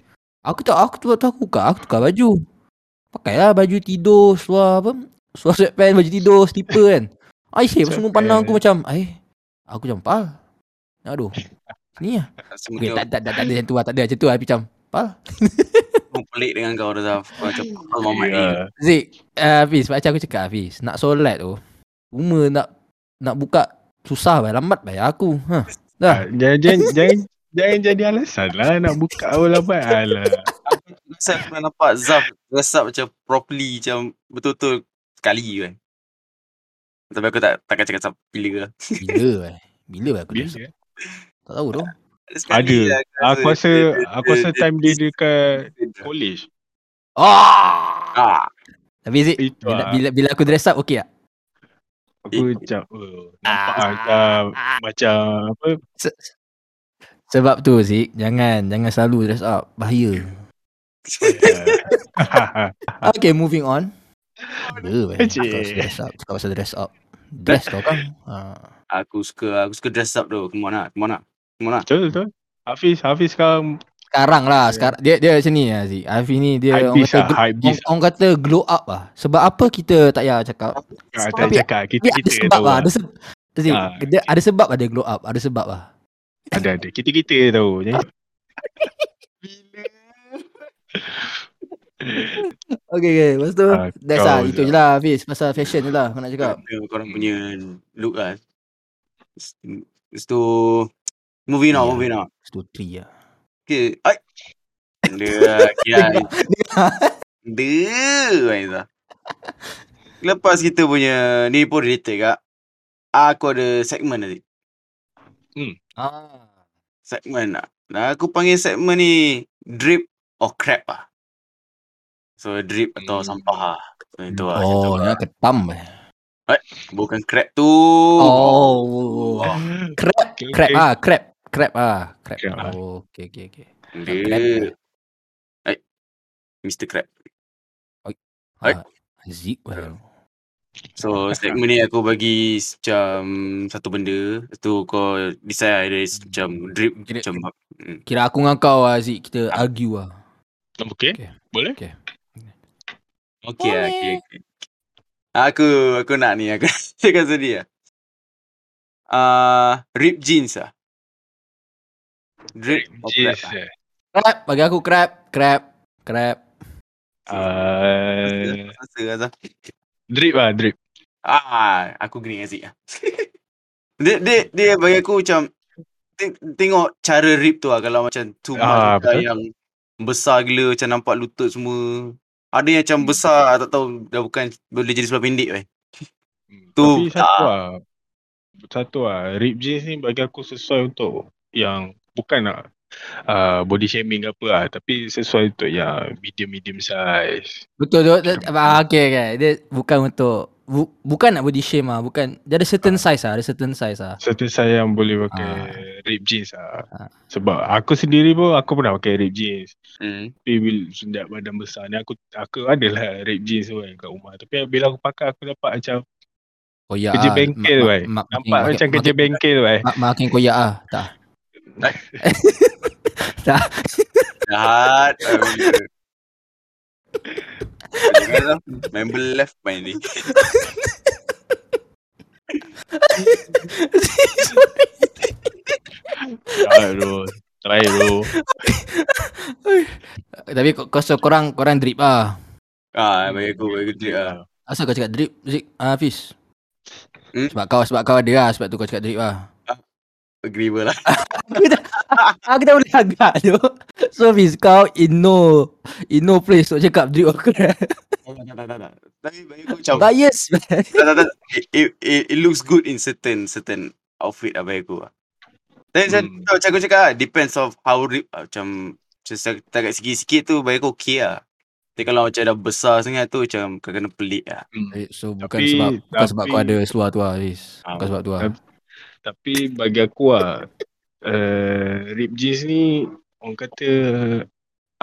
A: Aku tak Aku tu aku buka Aku tukar baju Pakailah baju tidur Seluar apa Seluar sweatpants Baju tidur Slipper kan Aisyah semua pandang aku macam Eh Aku macam Pal Aduh Ni lah
B: Semua
A: okay,
B: okay,
A: tak, tak, tak, tak ada macam tu lah Tak ada macam tu lah Tapi macam
B: orang pelik dengan kau dah Zaf. Kau Macam kau mamat ni.
D: Ya.
A: Zik uh, Hafiz Macam aku cakap Hafiz Nak solat tu Rumah nak Nak buka Susah bah Lambat bah aku Ha, huh.
D: Ah, Jangan jangan jangan jangan jadi alasan lah nak buka awal lambat. Alah.
B: Rasa aku pernah nampak Zaf resap macam properly macam betul-betul sekali kan. Tapi aku tak takkan cakap sampai bila lah.
A: Bila bah Bila bah aku dah
D: Bila?
A: Tak tahu tu
B: Sekali
D: Ada.
B: lah
D: Aku rasa aku rasa time dia dekat college.
A: Ah.
B: Ah,
A: Tapi Zik
D: Itu
A: bila,
D: lah.
A: bila, Eh, bila aku dress up okey tak?
D: Aku macam oh, nampak ah, macam macam apa
A: Se- sebab tu Zik Jangan Jangan selalu dress up Bahaya Okay moving on Bila bah
D: Cik.
A: Cakap pasal dress up Cakap pasal dress up Dress kau kan Ah.
B: aku suka aku suka dress up tu. Come on lah, come on lah. Come on lah.
D: Betul betul. Hafiz Hafiz sekarang
A: Sekarang lah sekarang dia dia macam ni lah Zik. Afi ni dia
D: hype
A: orang
D: beast
A: kata,
D: lah,
A: gl-
D: hype
A: orang,
D: beast.
A: orang kata glow up lah. Sebab apa kita tak payah cakap.
D: Ah, tak
A: Tapi-
D: cakap
A: Tapi
D: kita
A: ada
D: kita
A: sebab
D: tahu.
A: lah.
D: lah.
A: Ada sebab. Zik,
D: Ah.
A: dia ada sebab ada glow up. Ada sebab lah.
D: Ada ada. Kita kita tahu. Jadi,
B: Bila?
A: Okay, okay. Lepas tu,
D: Ah,
A: that's
D: kau
A: lah. Itu
D: je.
A: je lah Hafiz. Pasal fashion je lah. Kau nak cakap.
B: Ada korang punya look lah. Lepas tu moving on,
A: Ya.
B: moving on.
A: Stu three lah.
B: Okay. Ay. Dia kira. Dia ya. Aiza. Lepas kita punya ni pun related kak. Aku ada segmen nanti.
A: Ah.
B: Segmen lah. Nah, aku panggil segmen ni drip or crap lah. So drip atau
D: Hmm.
B: sampah lah. So, itu lah.
A: Oh,
B: macam tu lah.
A: nak ketam. eh.
B: Bukan crap tu.
D: Oh,
B: Oh.
A: Oh.
D: lah.
A: Crap.
D: okay,
A: Crap
D: okay.
A: ah, crap. Crap ah, crap.
D: Crap ah.
A: Oh, okay, okay, okay. Crap
B: Dia. Ay. Mr. Crap.
A: Zik. well.
B: So segmen ni aku bagi s- macam satu benda tu kau decide dari s- macam drip
A: Kira-
B: macam
A: Kira aku dengan kau lah Zik. Kita argue lah.
D: Okey.
A: Okay.
D: Boleh?
B: okey lah, okey. okey. Aku aku nak ni aku cakap sedih ah. Ah rip jeans ah. Drip or crap
D: Jeez.
B: ah.
D: eh.
A: Crap. Bagi aku crap. Crap. Crap.
D: Ah,
B: Rasa- rasa Azam.
D: drip lah drip.
B: Ah, aku green dengan Zik ah. dia dia dia bagi aku macam teng- tengok cara rip tu lah kalau macam tu ah,
D: Ah, betul.
B: yang besar gila macam nampak lutut semua. Ada yang macam besar tak tahu dah bukan boleh jadi sebelah pendek weh. Tu,
D: Tapi satu
B: ah.
D: lah. Satu lah. Rip jeans ni bagi aku sesuai untuk yang bukan nak uh, body shaming ke apa lah. Tapi sesuai untuk yang medium-medium size.
A: Betul tu. That- Ah, okay, okay. Dia bukan untuk bu, bukan nak body shame ah, bukan. Dia ada certain size ah, ada certain size ah.
D: Satu saya yang boleh pakai rip jeans lah. Sebab aku sendiri pun aku pernah pakai rip jeans.
B: Hmm.
D: Tapi bila sejak badan besar ni aku aku adalah rip jeans tu kan kat rumah. Tapi bila aku pakai aku dapat macam
A: Koyak
D: kerja
A: ah.
D: bengkel
A: Ma-
D: weh.
A: ma- ma- makin-
D: Nampak macam
A: makin-
D: kerja bengkel eh. weh.
A: ma- Makin koyak ah. Tak.
B: Jahat. ah, benda. Kau jangan lah. Member left main ni.
D: Aduh. Try bro.
A: Tapi kau kau so korang korang drip ah.
B: Ah, bagi aku bagi aku drip ah.
A: Asal kau cakap drip Zik ah, Hafiz.
B: Hmm?
A: Sebab kau sebab kau ada lah sebab tu kau cakap drip ah.
B: agreeable lah.
C: Aku tak boleh agak tu So Fiz kau in no In no place untuk cakap Drip or Crap
B: tak, tak, tak, tak. Tapi bagi aku macam
C: Bias man
B: tak, tak, tak. It, it, it, it looks good in certain certain outfit lah bagi aku. lah. Tapi macam,
D: Hmm.
B: hmm. macam aku cakap lah, depends of how rip ah, macam macam se- setakat sikit-sikit tu bagi aku okay lah. Tapi kalau macam dah besar sangat tu macam kau kena pelik lah.
A: Eh, So bukan
D: Tapi-
A: sebab Bukan sebab kau
D: tapi-
A: ada seluar tu lah Riz Bukan
B: Ah,
A: sebab tu lah
D: tapi- Tapi bagi aku lah uh, Rip jeans ni Orang kata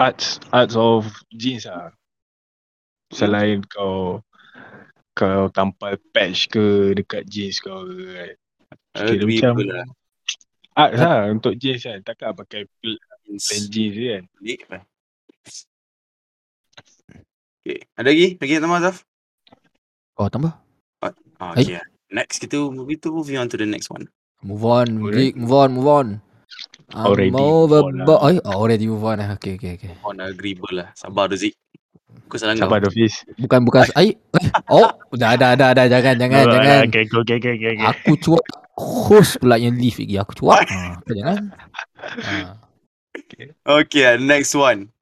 D: Arts Arts of jeans lah Selain kau Kau tampal patch ke Dekat jeans kau ke kan Kira
B: Agreeable
D: macam-
B: lah.
D: Arts lah untuk jeans kan Takkan pakai pl- plain jeans je kan
B: Pelik lah. Okay. Ada lagi? Lagi nak tambah Zaf?
A: Oh tambah
B: Ah,
A: Hai.
B: okay. lah. Next kita movie tu moving on to the next one.
A: Move on
D: Already.
A: Rick Move on Move on I'm
D: Already move
A: over
D: on lah.
A: bo- eh, oh, Already move on lah Okay okay okay
B: On agreeable lah. Sabar tu Zik. Kau salah
D: Sabar
B: kau.
D: tu Fiz
A: Bukan bukan Ay, Oh Dah dah dah dah Jangan jangan
D: No, no,
A: jangan
D: Okay okay okay, okay, okay.
A: Aku cuak Host pula yang leave lagi Aku cuak ha, kau Jangan ha.
B: Okay, ah, next one.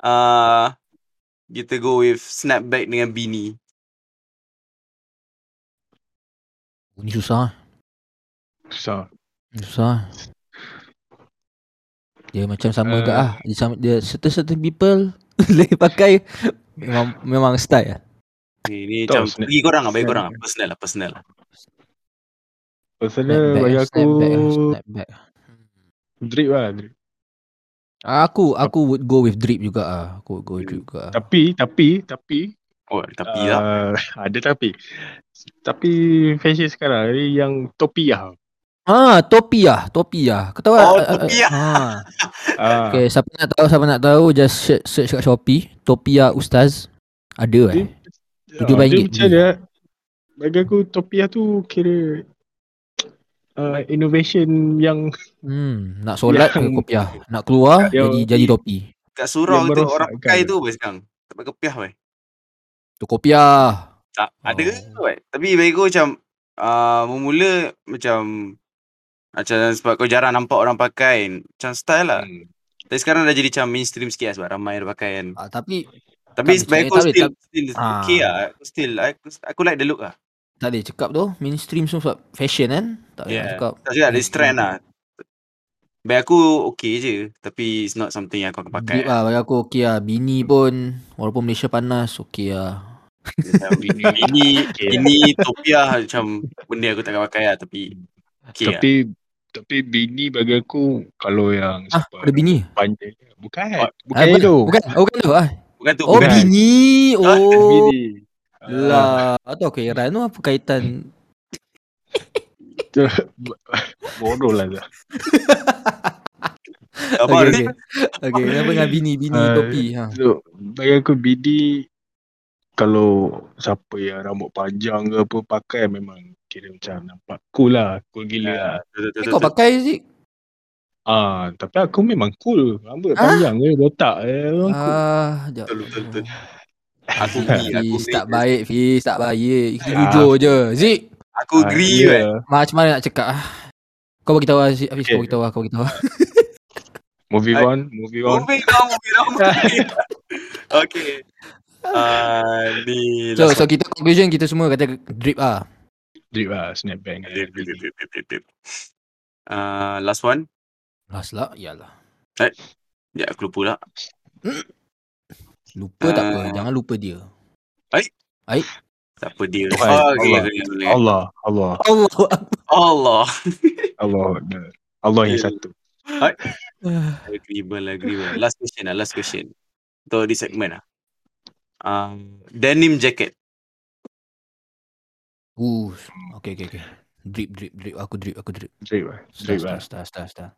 B: Uh, kita go with snapback dengan beanie.
A: Ini susah
D: Susah
A: Ini susah Dia macam sama
D: Eh.
A: uh, juga lah Dia, sama- dia certain-certain people Lagi pakai Memang, memang style lah
B: Ni, ni macam
D: Betul, snap-
B: bagi korang lah, bagi korang lah.
D: snapback.
B: Personal lah, personal lah.
D: Personal Ya, bagi aku
A: snapback, lah, snapback.
D: Drip lah drip.
A: Aku aku would go with drip juga ah. Aku would go with drip juga. ah.
D: Tapi Tapi Tapi
B: Oh, tapi lah.
D: Uh, ada tapi tapi fashion sekarang ni yang topiah.
A: Ah, topi ah, topi ah. Kau tahu ah,
B: Oh,
A: ah,
B: topi
A: ah,
B: ah.
A: ah.
D: Ah,
A: Okay, siapa nak tahu, siapa nak tahu just search, search kat Shopee, topi ah ustaz. Ada eh. tujuh
D: ah, dia
A: ringgit
D: Macam dia bagi aku topiah tu kira uh, innovation yang
A: Hmm, nak solat
D: Yang-
A: pakai kopiah, nak keluar
D: Yang-
A: jadi jadi topi.
B: Kat surau
D: yang
B: tu orang
D: merosakkan.
B: pakai tu apa sekarang? Tak pakai kepiah weh.
A: Tu kopiah.
B: Tak, ada
A: Oh.
B: ke tu weh. Tapi bagi aku macam uh, memula macam macam sebab kau jarang nampak orang pakai macam style lah.
D: hmm,
B: Tapi sekarang dah jadi macam mainstream sikit lah sebab ramai yang pakai kan.
A: Ah, tapi
B: Tapi
A: Tak,
B: bagi
A: eh,
B: aku
A: tak boleh,
B: still,
A: tak-
B: still
A: Ah.
B: okay lah. Aku still, aku, aku like the look lah.
A: tak boleh cakap tu mainstream semua sebab fashion kan. Tak boleh
B: Yeah.
A: nak cakap.
B: Tak cakap, ada trend lah. Bagi aku okay je. Tapi it's not something yang aku akan pakai.
A: Drip lah bagi aku okey lah Bini pun Walaupun Malaysia panas Okey lah
B: Macam ini, ini,
D: Okay lah.
B: ini topiah macam benda aku tak akan pakai lah. Tapi okay lah.
D: tapi tapi bini bagi aku kalau yang
A: Ah
D: siapa
A: ada bini
D: panjang bukan
B: Ah,
D: bukan
A: bukan-
D: itu
A: Bukan oh, bukan tu ah.
B: Bukan tu,
A: Oh
B: bukan.
A: bini Oh
D: bini Ah,
A: Lah, atau okay, Ran tu apa kaitan?
D: bodoh lah tu.
B: Apa ya,
A: okay,
B: okay,
A: okay. okay, kenapa dengan bini, bini,
D: Ah,
A: topi? Ha.
D: So, bagi aku BD kalau siapa yang rambut panjang ke apa pakai memang kira macam nampak cool lah, cool gila lah.
B: ya,
A: Eh, kau pakai sih?
D: Ah, tapi aku memang cool. Rambut
A: Ah?
D: panjang je, botak je. memang cool.
A: Ah, jap.
B: Betul, betul, betul. Aku agree, aku
A: Fiz tak
B: agree.
A: baik, Fiz tak baik. Kita
D: Ah.
A: jujur je. Zik,
B: Aku
D: Ah,
B: agree
D: ya.
B: kan.
A: macam mana nak cakap? ah? Kau bagi tahu ah, Zik, Fiz,
D: Okay.
A: kau bagi tahu ah, kau bagi tahu. ah.
D: Moving
B: Ah.
D: on, moving on.
B: Moving on, moving on, moving on. Okay. Ah, ni
A: So,
B: last
A: so kita conclusion kita semua kata drip ah.
D: Drip lah, snapback.
B: Dip, dip, dip, dip, dip, dip. Uh, last one.
A: Last lah, iyalah.
B: Ya, aku lupa pula.
A: Lupa tak apa,
B: Ah.
A: jangan lupa dia.
B: Siapa dia?
D: Tuhan,
B: Oh, okay,
D: Allah.
B: okay, okay.
D: Allah, Allah,
A: Allah.
B: Allah.
D: Allah. Allah yang satu.
B: Agreeable, agreeable. Last question lah, last question. Untuk di segmen lah. Um, denim jacket.
A: Uh, okay, okay, okay. Drip, drip, drip. Aku drip, aku drip.
D: Drip lah,
A: Star,
D: drip
A: star,
D: lah.
A: star, star, star.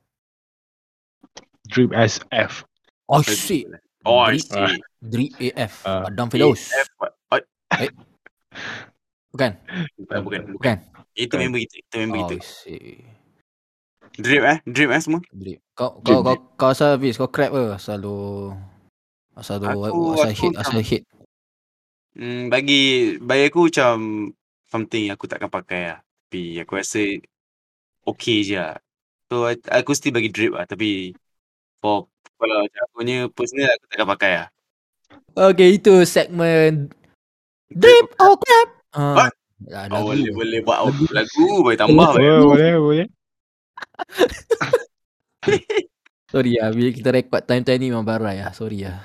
D: Drip SF.
A: Oh, shit.
B: Oh, I
A: Drip. ah,
B: see.
A: Drip AF.
D: Ah.
A: Adam Firdaus.
B: AF. Oh,
A: Bukan?
B: bukan, bukan,
A: Bukan.
B: bukan. Itu
D: Bukan.
B: member kita, itu member
A: Oh,
B: kita.
A: shit.
B: Drip eh, drip eh semua.
A: Drip. Kau
D: Drip,
A: kau kau kau asal Fiz, kau crap ke? Asal lu asal lu
B: Aku-
A: asal
B: aku
A: hate
B: macam-
A: asal hate.
B: Hmm, bagi, bagi aku macam something yang aku takkan pakai lah. Tapi aku rasa okay je lah. So I, aku still bagi drip lah tapi for kalau macam aku punya personal aku tak akan pakai lah.
A: Okay, itu segmen Drip or Crap.
B: Ah.
A: Ah. Lah, lagu.
B: Oh, boleh boleh buat out- lagu boleh tambah boleh.
D: Boleh, boleh, boleh.
C: Sorry
A: ya,
C: lah, bila kita record time-time ni memang barai lah. Sorry lah.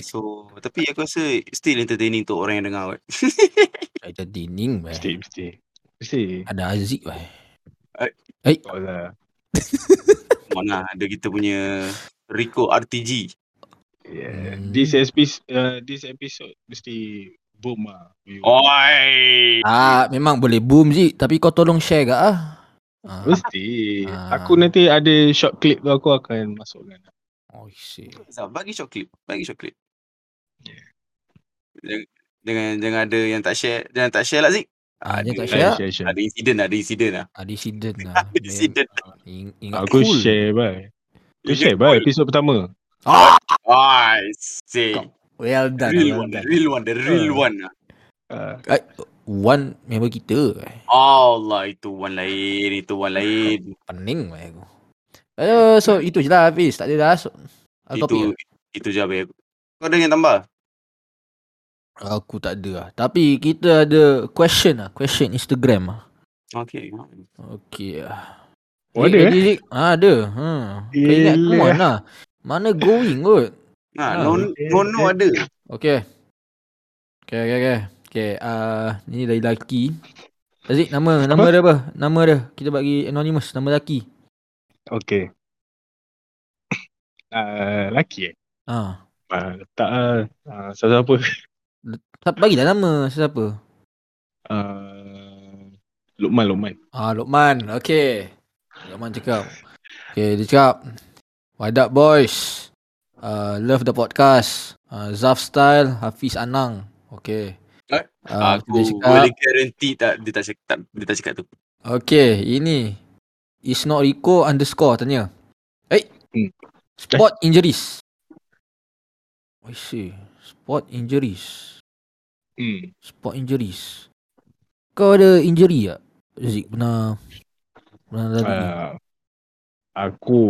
B: So tapi aku rasa still entertaining untuk orang yang dengar kot.
A: Ada dining, weh.
D: Mesti, mesti. Mesti.
A: Ada Aziz, weh.
D: Tak lah.
B: Mana ada kita punya Rico RTG.
D: Yeah.
A: Hmm.
D: This episode, uh, this episode mesti boom lah. view.
B: Oi.
A: Ah, memang boleh boom, Zik. Tapi kau tolong share ke, ah? Ah.
D: Mesti.
A: Ah.
D: Aku nanti ada short clip tu aku akan masukkan.
A: Oh, shit.
B: Zah, bagi coklat, bagi coklat. Yeah. Jangan jangan ada yang tak share, jangan tak share lah Zik.
A: Ah, jangan tak
D: Share,
A: Share?
D: share, share.
B: Ada insiden, ada insiden lah.
A: Ada incident lah.
B: Ada insiden.
A: Ing- ingat
D: Aku
A: cool.
D: share bye. Aku share bye episode pertama.
A: Ah,
B: Ah, say.
A: well done.
B: Real
A: well
B: one, the
A: done.
B: real one, the real
D: Ah.
B: one. lah.
D: Uh,
A: Eh, One member kita, weh.
B: Allah, itu one lain, itu one lain.
A: Pening, weh aku. Eh, so itu je lah Hafiz. Tak ada dah. So, ada topik
B: Itu itu je habis. Kau ada yang tambah?
A: Aku tak ada lah. Tapi kita ada question lah. Question Instagram lah.
B: Okay.
A: Okey lah.
D: Oh, ada, eh?
A: Ha, ada. Ha. Kau ingat
D: Yelah.
A: come on lah. Mana going kot?
B: Nah,
A: Ah,
B: no,
D: okay,
B: no, no
D: okay.
B: ada.
A: Okey. Okey, okey, okey. Okey, uh, ni dari lelaki. Aziz, nama, nama dia apa? Nama dia. Kita bagi anonymous, nama lelaki.
D: okay. Uh, laki eh?
A: Ha.
D: Uh, tak lah. Uh, siapa-siapa.
A: Tak bagilah nama sesiapa.
D: Uh, Lukman, Lukman.
A: Ah, Lokman. Okey. Lokman cakap. Okey, dia cakap. What up boys? Uh, love the podcast. Uh, Zaf Style, Hafiz Anang. Okey.
B: Eh?
A: Ah,
B: aku
A: dia cakap-
B: boleh guarantee tak dia tak cakap tak, dia tak cakap tu.
A: Okey, ini. Is not Rico underscore tanya. Eh?
D: Hmm.
A: Spot injuries. Oh, I see. Spot injuries.
D: Hmm.
A: Spot injuries. Kau ada injury tak? Zik pernah pernah
B: Ah,
A: lagi. Uh,
D: Uh, aku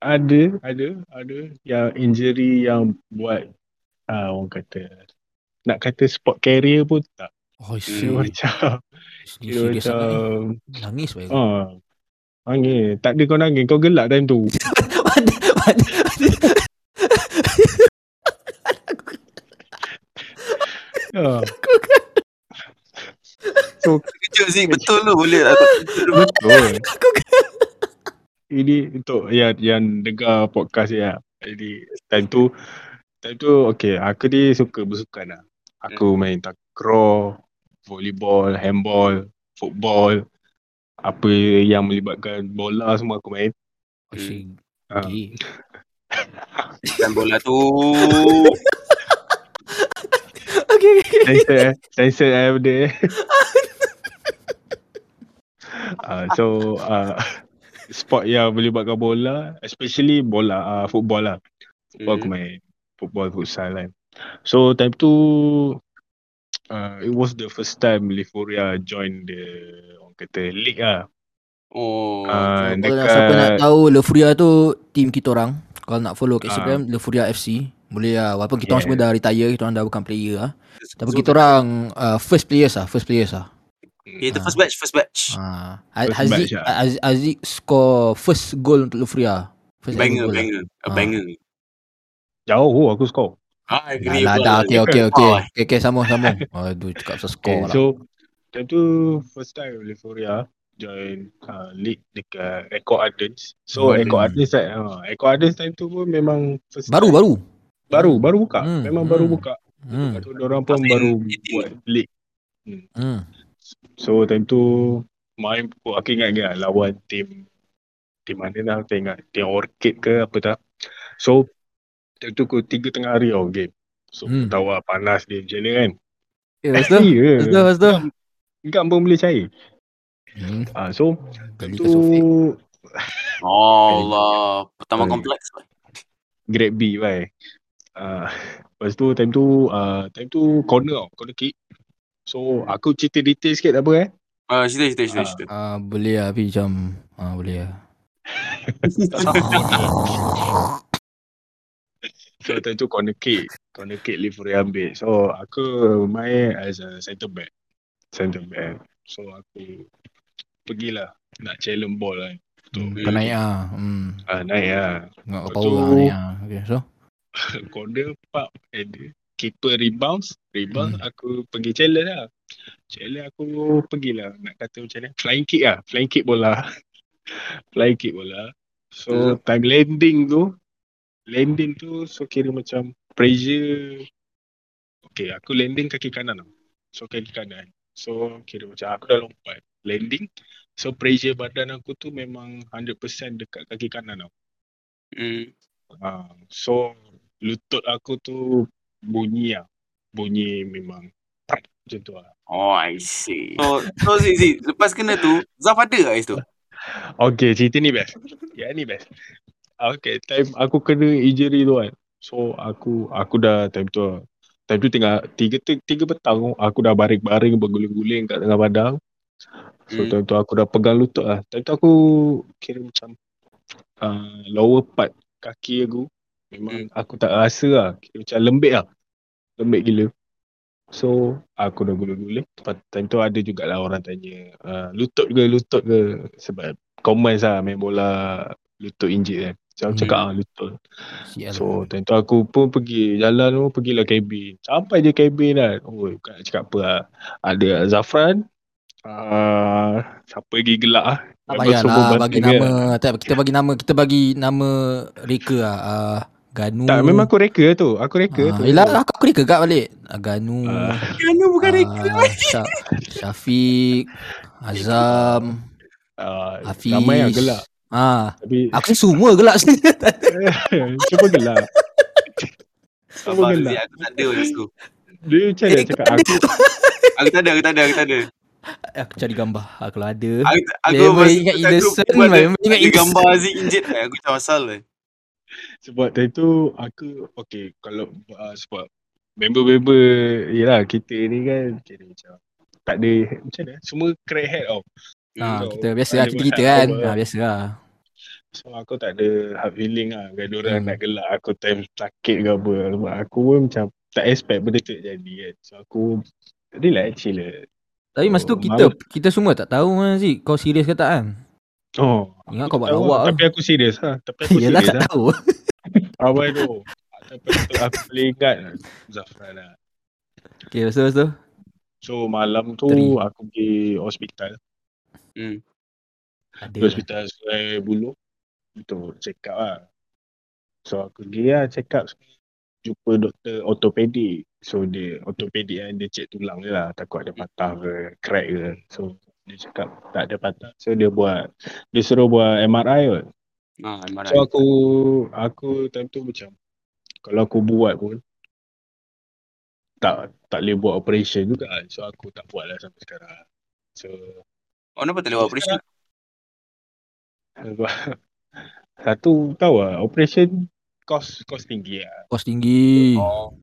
D: ada, ada, ada yang injury yang buat uh, orang kata nak kata sport carrier pun tak.
A: oh, I see.
D: Kira
A: Hmm.
D: macam kira
A: Serius
D: macam
A: sangat ni. Nangis baik. Oh.
D: ah. Angin. Tak ada kau nangis. Kau gelak time tu. Ah. so
B: Kejut Zik, betul tu boleh tak?
D: betul. Ini untuk yang yang dengar podcast ni lah. Jadi time tu time tu okay aku ni suka bersukan lah. Aku main takraw, volleyball, handball, football. Apa yang melibatkan bola semua aku main.
A: I see.
D: Ah.
A: Gay.
B: Dan bola tu.
C: Okay, okay.
D: Sensor eh. Sensor eh benda eh. uh, so uh, sport yang boleh buatkan bola especially bola uh, football lah. Football aku main football futsal kan. So time tu uh, it was the first time Liforia join the orang kata league lah.
B: Oh.
D: Uh,
A: Kalau nak- siapa nak
D: dekat
A: tahu Lefuria tu team kita orang. Kalau nak follow kat
D: Ah.
A: Instagram Lefuria FC, boleh lah. Walaupun kita orang
D: Yeah.
A: semua dah retire, kita orang dah bukan player lah. Tapi
B: So,
A: kita orang uh, first players lah, first players lah.
B: Okay, itu
A: Ah.
B: Eh, first batch, first batch.
A: Ha.
D: First
A: Aziz
D: match lah.
A: Az- Aziz score first goal untuk Lufria. First ever
B: banger,
A: goal.
B: banger. A
A: Ah.
B: banger.
D: jauh oh, aku score.
B: Ah,
A: Dah
B: agree.
A: lah
B: pula
A: dah.
B: lah,
A: Okey
B: Zik.
A: okey okey.
B: Ah,
A: Okey okey sambung sambung. Aduh cakap pasal score
D: Okay,
A: lah.
D: so time tu first time Liforia join uh, league dekat Echo Ardens. So
A: Hmm.
D: Echo Ardens time, uh, Echo Ardens time tu pun memang first
A: Baru
D: time,
A: baru.
D: baru baru buka.
A: Hmm,
D: Memang baru
A: hmm.
D: buka.
A: Hmm.
D: Lepas tu orang pun
B: Pasal
D: baru
B: yang-
D: buat league.
A: Hmm.
D: So time tu main oh, aku ingat ingat lawan tim tim mana dah aku tak ingat tim Orchid ke apa tak. So time tu aku tiga tengah hari tau game. So
A: Hmm.
D: hmm. tahu lah panas dia macam mana kan.
A: Okay, lepas tu.
D: Ya.
A: Lepas tu lepas tu.
D: Gam pun boleh cair.
A: Hmm.
D: Ah so
A: Geli
D: tu
A: kat Sofik.
B: Allah. Pertama
D: Sorry.
B: kompleks. lah.
D: grade B bye. Ah lepas tu time tu ah time tu corner tau, corner kick. So aku cerita detail sikit tak apa eh.
B: Ah, cerita, cerita, cerita,
D: Ah.
B: cerita.
A: Ah boleh lah tapi macam ah boleh lah.
D: So time tu corner kick Corner kick Liverpool ambil So aku main as a centre back Centre back So aku Pergilah Nak challenge ball kan
C: Hmm, kau naik
A: lah,
C: ah. Hmm.
D: ah, Naik lah
C: Nggak kau
D: Lepas
C: power
D: tu-
C: lah naik ah. Okay, so.
D: corner pop and keeper rebounds rebound hmm. aku pergi challenge lah challenge aku pergilah nak kata macam ni flying kick lah flying kick bola flying kick bola so
B: Betul.
D: time landing tu landing tu so kira macam pressure okay aku landing kaki kanan tau so kaki kanan so kira macam aku dah lompat landing so pressure badan aku tu memang 100% dekat kaki kanan tau
B: Hmm.
D: Ha, so lutut aku tu bunyi lah. Bunyi memang prak macam tu lah.
B: Oh, I see. So, so si, si, lepas kena tu, Zaf ada kat situ?
D: Okay, cerita ni best. Ya ni best. Okay, time aku kena injury tu kan. So aku aku dah time tu lah. Time tu tengah tiga, tiga, tiga petang aku dah baring-baring berguling-guling kat tengah padang. So
B: Hmm.
D: time tu aku dah pegang lutut lah. Time tu aku kira macam uh, lower part kaki aku memang aku tak rasa lah. Kira macam lembik lah. Lembik gila. So aku dah gula-gula. Lepas time tu ada jugalah orang tanya uh, lutut ke lutut ke sebab comments lah main bola lutut injek kan. So aku
C: Hmm.
D: cakap ah lutut.
A: Sial.
D: So time tu aku pun pergi jalan tu pergilah cabin. Sampai je cabin kan. Oh bukan nak cakap apa lah. Ada Zafran. Uh, siapa lagi gelak ah.
A: tak
D: Memang
A: payah
D: semua
A: lah
D: bantai
A: bagi
D: dia
A: nama.
D: lah.
A: Tak, kita bagi nama, kita bagi nama reka lah. Uh, Ganu.
D: Tak memang aku reka tu. Aku reka
A: Ah,
D: tu.
A: yelah, aku, aku reka kat balik. Ah, Ganu.
D: Ah.
B: Kena bukan reka.
A: ah, Sya- Syafiq. Azam.
D: Ah,
A: Hafiz.
D: ramai yang gelak.
A: Ah,
D: Tapi
A: aku ni semua gelak sini.
D: Cuba gelak Semua
B: Abang
D: gelak
B: Aziz, aku tak ada kat situ.
D: Dia macam
A: Eh,
D: nak cakap Aku
B: Aku tak ada, aku tak ada, aku tak ada.
C: Aku cari gambar. Aku lah ada.
B: Aku, aku
C: Memang
B: masa-
C: ingat
B: masa aku
C: innocent,
B: pun ada-
C: memang ingat
B: ada
C: innocent.
B: gambar Aziz injet. Aku macam
A: Ah,
B: asal lah.
D: Sebab time tu Aku Okay Kalau uh, Sebab Member-member Yelah kita ni kan Kira macam Tak ada Macam mana Semua crack head tau
C: Ah,
D: So,
C: kita biasa
D: tak
C: lah,
D: ada eh.
C: kita kita
D: berhak
C: kan.
D: apa.
C: Ah, biasa lah.
D: So aku tak ada hard feeling lah Kan orang
A: Hmm.
D: nak gelak Aku time sakit ke apa Sebab aku pun macam Tak expect benda tu jadi kan So aku Relax chill
C: Tapi masa tu
D: Oh,
C: kita kita semua tak tahu kan Zik kau serius ke tak kan?
D: Oh
C: Ingat
D: aku
C: kau
D: tak
C: buat
D: tahu
C: lawak
D: lah.
C: lah.
D: Tapi aku serius lah Tapi aku
C: Yelah
D: serius
C: tak
D: lah
C: tahu.
D: Ramai tu Tapi aku, aku boleh ingat Zafran lah
C: Okay, lepas tu, lepas tu.
D: So malam tu
C: Teri.
D: aku pergi hospital
B: Hmm.
C: Ada.
A: lah.
D: Pergi hospital Sungai Buloh Untuk check up lah So aku pergi lah check up Jumpa doktor ortopedik So dia ortopedik kan dia cek tulang je lah Takut ada patah ke crack ke So dia cakap tak ada patah So dia buat Dia suruh buat MRI kot
B: Ah, marah.
D: So aku aku time tu macam kalau aku buat pun tak tak boleh buat operation juga kan. So aku tak buat lah sampai sekarang. So
B: Oh, kenapa tak lewat operation?
D: sebab- satu tahu lah operation cost cost tinggi lah.
A: Kos tinggi.
B: Oh,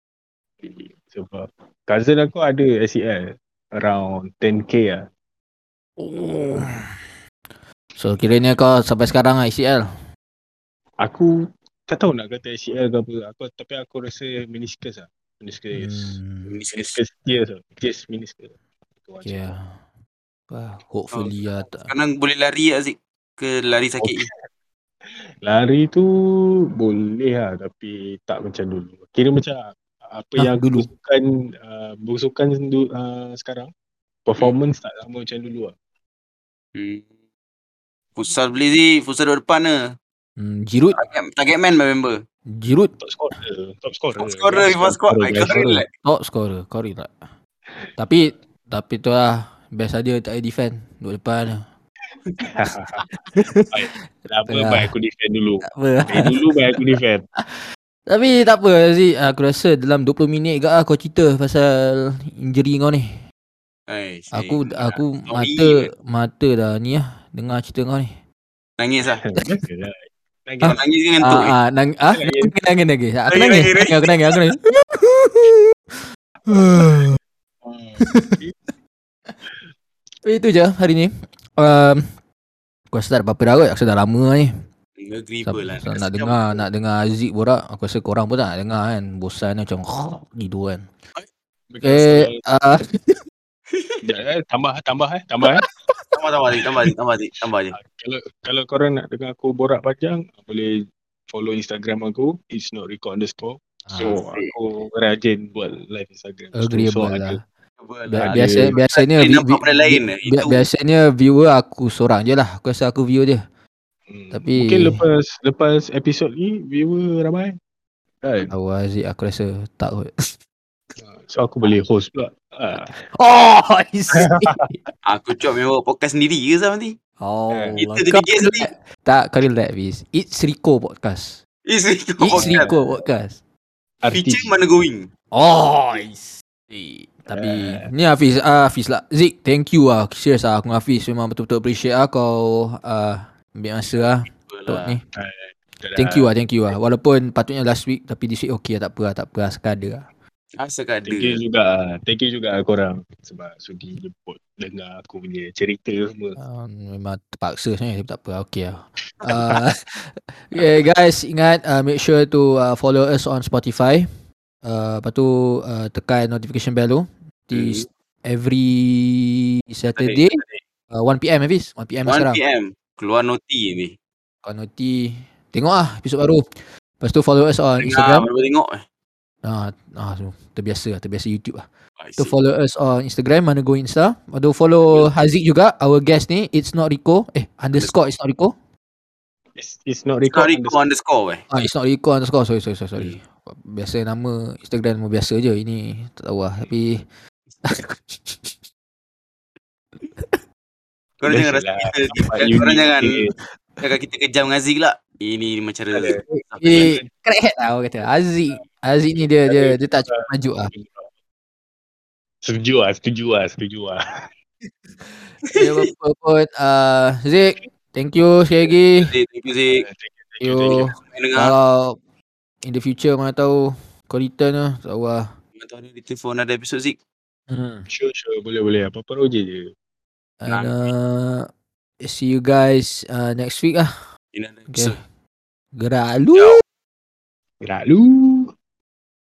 D: Sebab cousin aku ada ACL around 10k lah.
A: Oh. So kiranya kau sampai sekarang lah ACL.
D: Aku tak tahu nak kata ACL ke apa. Aku tapi aku rasa meniscus lah. Meniscus.
A: Hmm.
B: meniscus.
D: Meniscus tears lah. Tears meniscus. Aku macam-
A: Yeah. Wah, ah. Hopefully
D: Oh,
A: lah. tak-
B: Sekarang boleh lari Aziz ke lari sakit ni?
D: Lari tu boleh lah tapi tak macam dulu. Kira macam apa
C: Ah,
D: yang aku
C: dulu.
D: bersukan uh, bersukan du- uh, sekarang performance tak sama macam dulu lah.
B: Hmm. Futsal beli si, futsal duduk depan lah.
A: Hmm, Jirut.
B: Target, target man lah member.
A: Jirut.
D: Top scorer, top
C: Oh,
D: scorer.
B: Top scorer, rival squad. I can't relax.
A: Top scorer. Kau relax. Tapi, tapi tu lah. Best dia tak ada defend. Duduk depan. lah.
D: Lama
A: Betul lah.
D: baik aku defend dulu.
A: Tak apa lah.
D: Dari dulu baik aku defend.
A: Tapi tak apa Aziz. Aku rasa dalam 20 minit ke lah kau cerita pasal injury kau ni.
B: Ay, si.
A: Aku aku
B: Sorry.
A: mata mata dah ni lah. Dengar cerita kau ni.
B: Nangis lah.
D: Biasalah. Lagi
B: Kau nangis ke ngantuk eh. ni?
A: Ah, ah, nang, ah,
D: Lagi.
A: nangis, nangis, nangis. Aku
B: Lagi,
A: nangis,
B: lagi,
A: nangis,
B: lagi.
A: aku nangis, aku nangis.
D: ah,
A: Itu je hari ni. Um, Aku rasa tak ada apa-apa dah kot. Aku rasa dah lama ni. Siapa,
B: Agreeable lah.
A: siapa nak dengar nak dengar Aziz borak. Aku rasa korang pun tak nak dengar kan. Bosan macam gitu kan. Eh, ah,
D: Sekejap, eh, tambah tambah eh tambah eh. Ah,
B: Tambah, tambah, Zik. tambah, Zik. tambah, Zik. tambah je.
D: kalau kalau korang nak dengar aku borak panjang boleh follow Instagram aku it's not record underscore
A: ah,
D: so aku rajin buat live Instagram
A: agreeable
D: ada-
A: lah.
D: Tak
A: Bi-
D: ada.
A: Biasa biasanya
B: Dia
A: vi-
B: nampak
A: vi-
B: benda lain. eh.
A: bi-
B: Itu
A: biasanya viewer aku seorang je lah. Aku rasa aku view dia.
D: Hmm.
A: Tapi-
D: mungkin lepas lepas episod ni viewer ramai kan
A: Tahu Aziz aku rasa tak kot. Ah.
D: so aku boleh host pula Ah,
C: Oh, I see.
B: aku cuak memang podcast sendiri ke sama nanti?
A: Oh,
B: kita
D: Eh,
A: Allah.
B: jadi
A: Kau
B: guest ni.
A: relax. tak kau relax Fiz. It's Rico podcast.
B: It's Rico
A: It's
B: Podcast.
A: Rico podcast.
B: Feature
D: RTG.
B: mana going?
A: Oh, I see. Tapi ni Hafiz, ah Hafiz lah. Zik, thank you ah. Serius ah aku dengan Hafiz memang betul-betul appreciate ah kau ah ambil masa ah untuk ni.
D: lah.
A: Thank you ah, thank you ah. Walaupun patutnya last week tapi this week okay lah, tak apa lah, tak apa lah, sekadar lah.
B: Asal kat
D: Thank you
B: ada.
D: juga ah. Thank you juga ah korang Sebab sudi jemput Dengar aku punya cerita semua
A: Um, memang terpaksa sebenarnya tapi tak apa okay lah. Uh, okay guys ingat uh, make sure to uh, follow us on Spotify. Uh, lepas tu uh, tekan notification bell tu. Di
B: Hmm.
A: every Saturday uh, 1 PM Hafiz 1 PM
B: 1
A: lah sekarang.
B: PM. Keluar noti ni.
A: Kau noti tengok ah episod baru. Lepas tu follow us on
B: Dengar,
A: Instagram.
B: baru tengok. eh.
A: Ah, ah tu terbiasa lah, terbiasa YouTube lah.
B: I
A: Tu
B: see.
A: follow us on Instagram mana go Insta. Lepas tu follow Haziq juga our guest ni it's not Rico eh underscore it's not Rico.
D: It's, it's not
B: Rico
D: record
B: Rico underscore eh.
A: Ah, it's not Rico underscore. Sorry, sorry, sorry, sorry. Biasa nama Instagram nama biasa je. Ini tak tahu lah. Tapi
B: Korang jangan rasa
D: Biasalah.
B: kita,
D: Nampak
B: korang
D: unique
B: jangan
D: sikit.
B: cakap kita kejam dengan Zik lah. Ini macam cara.
D: Ada.
A: eh, crackhead lah orang kata. Aziz. Aziz ni dia dia dia tak cukup maju lah.
D: Setuju lah Setuju lah Setuju lah
A: Dia apa pun uh, Zik, thank you sekali lagi.
B: Zik, Thank you Zik.
D: Thank you, thank you.
A: Yo,
B: Korang Dengar.
A: kalau in the future mana tahu kau return lah, tak tahu lah.
B: Mana tahu ni di telefon ada episod Zik.
A: Hmm.
D: Sure sure Boleh boleh Apa-apa roja je
A: And uh, see you guys uh, next week lah.
B: Ini ada
A: Okay.
B: episod.
A: Gerak lu.
D: Gerak lu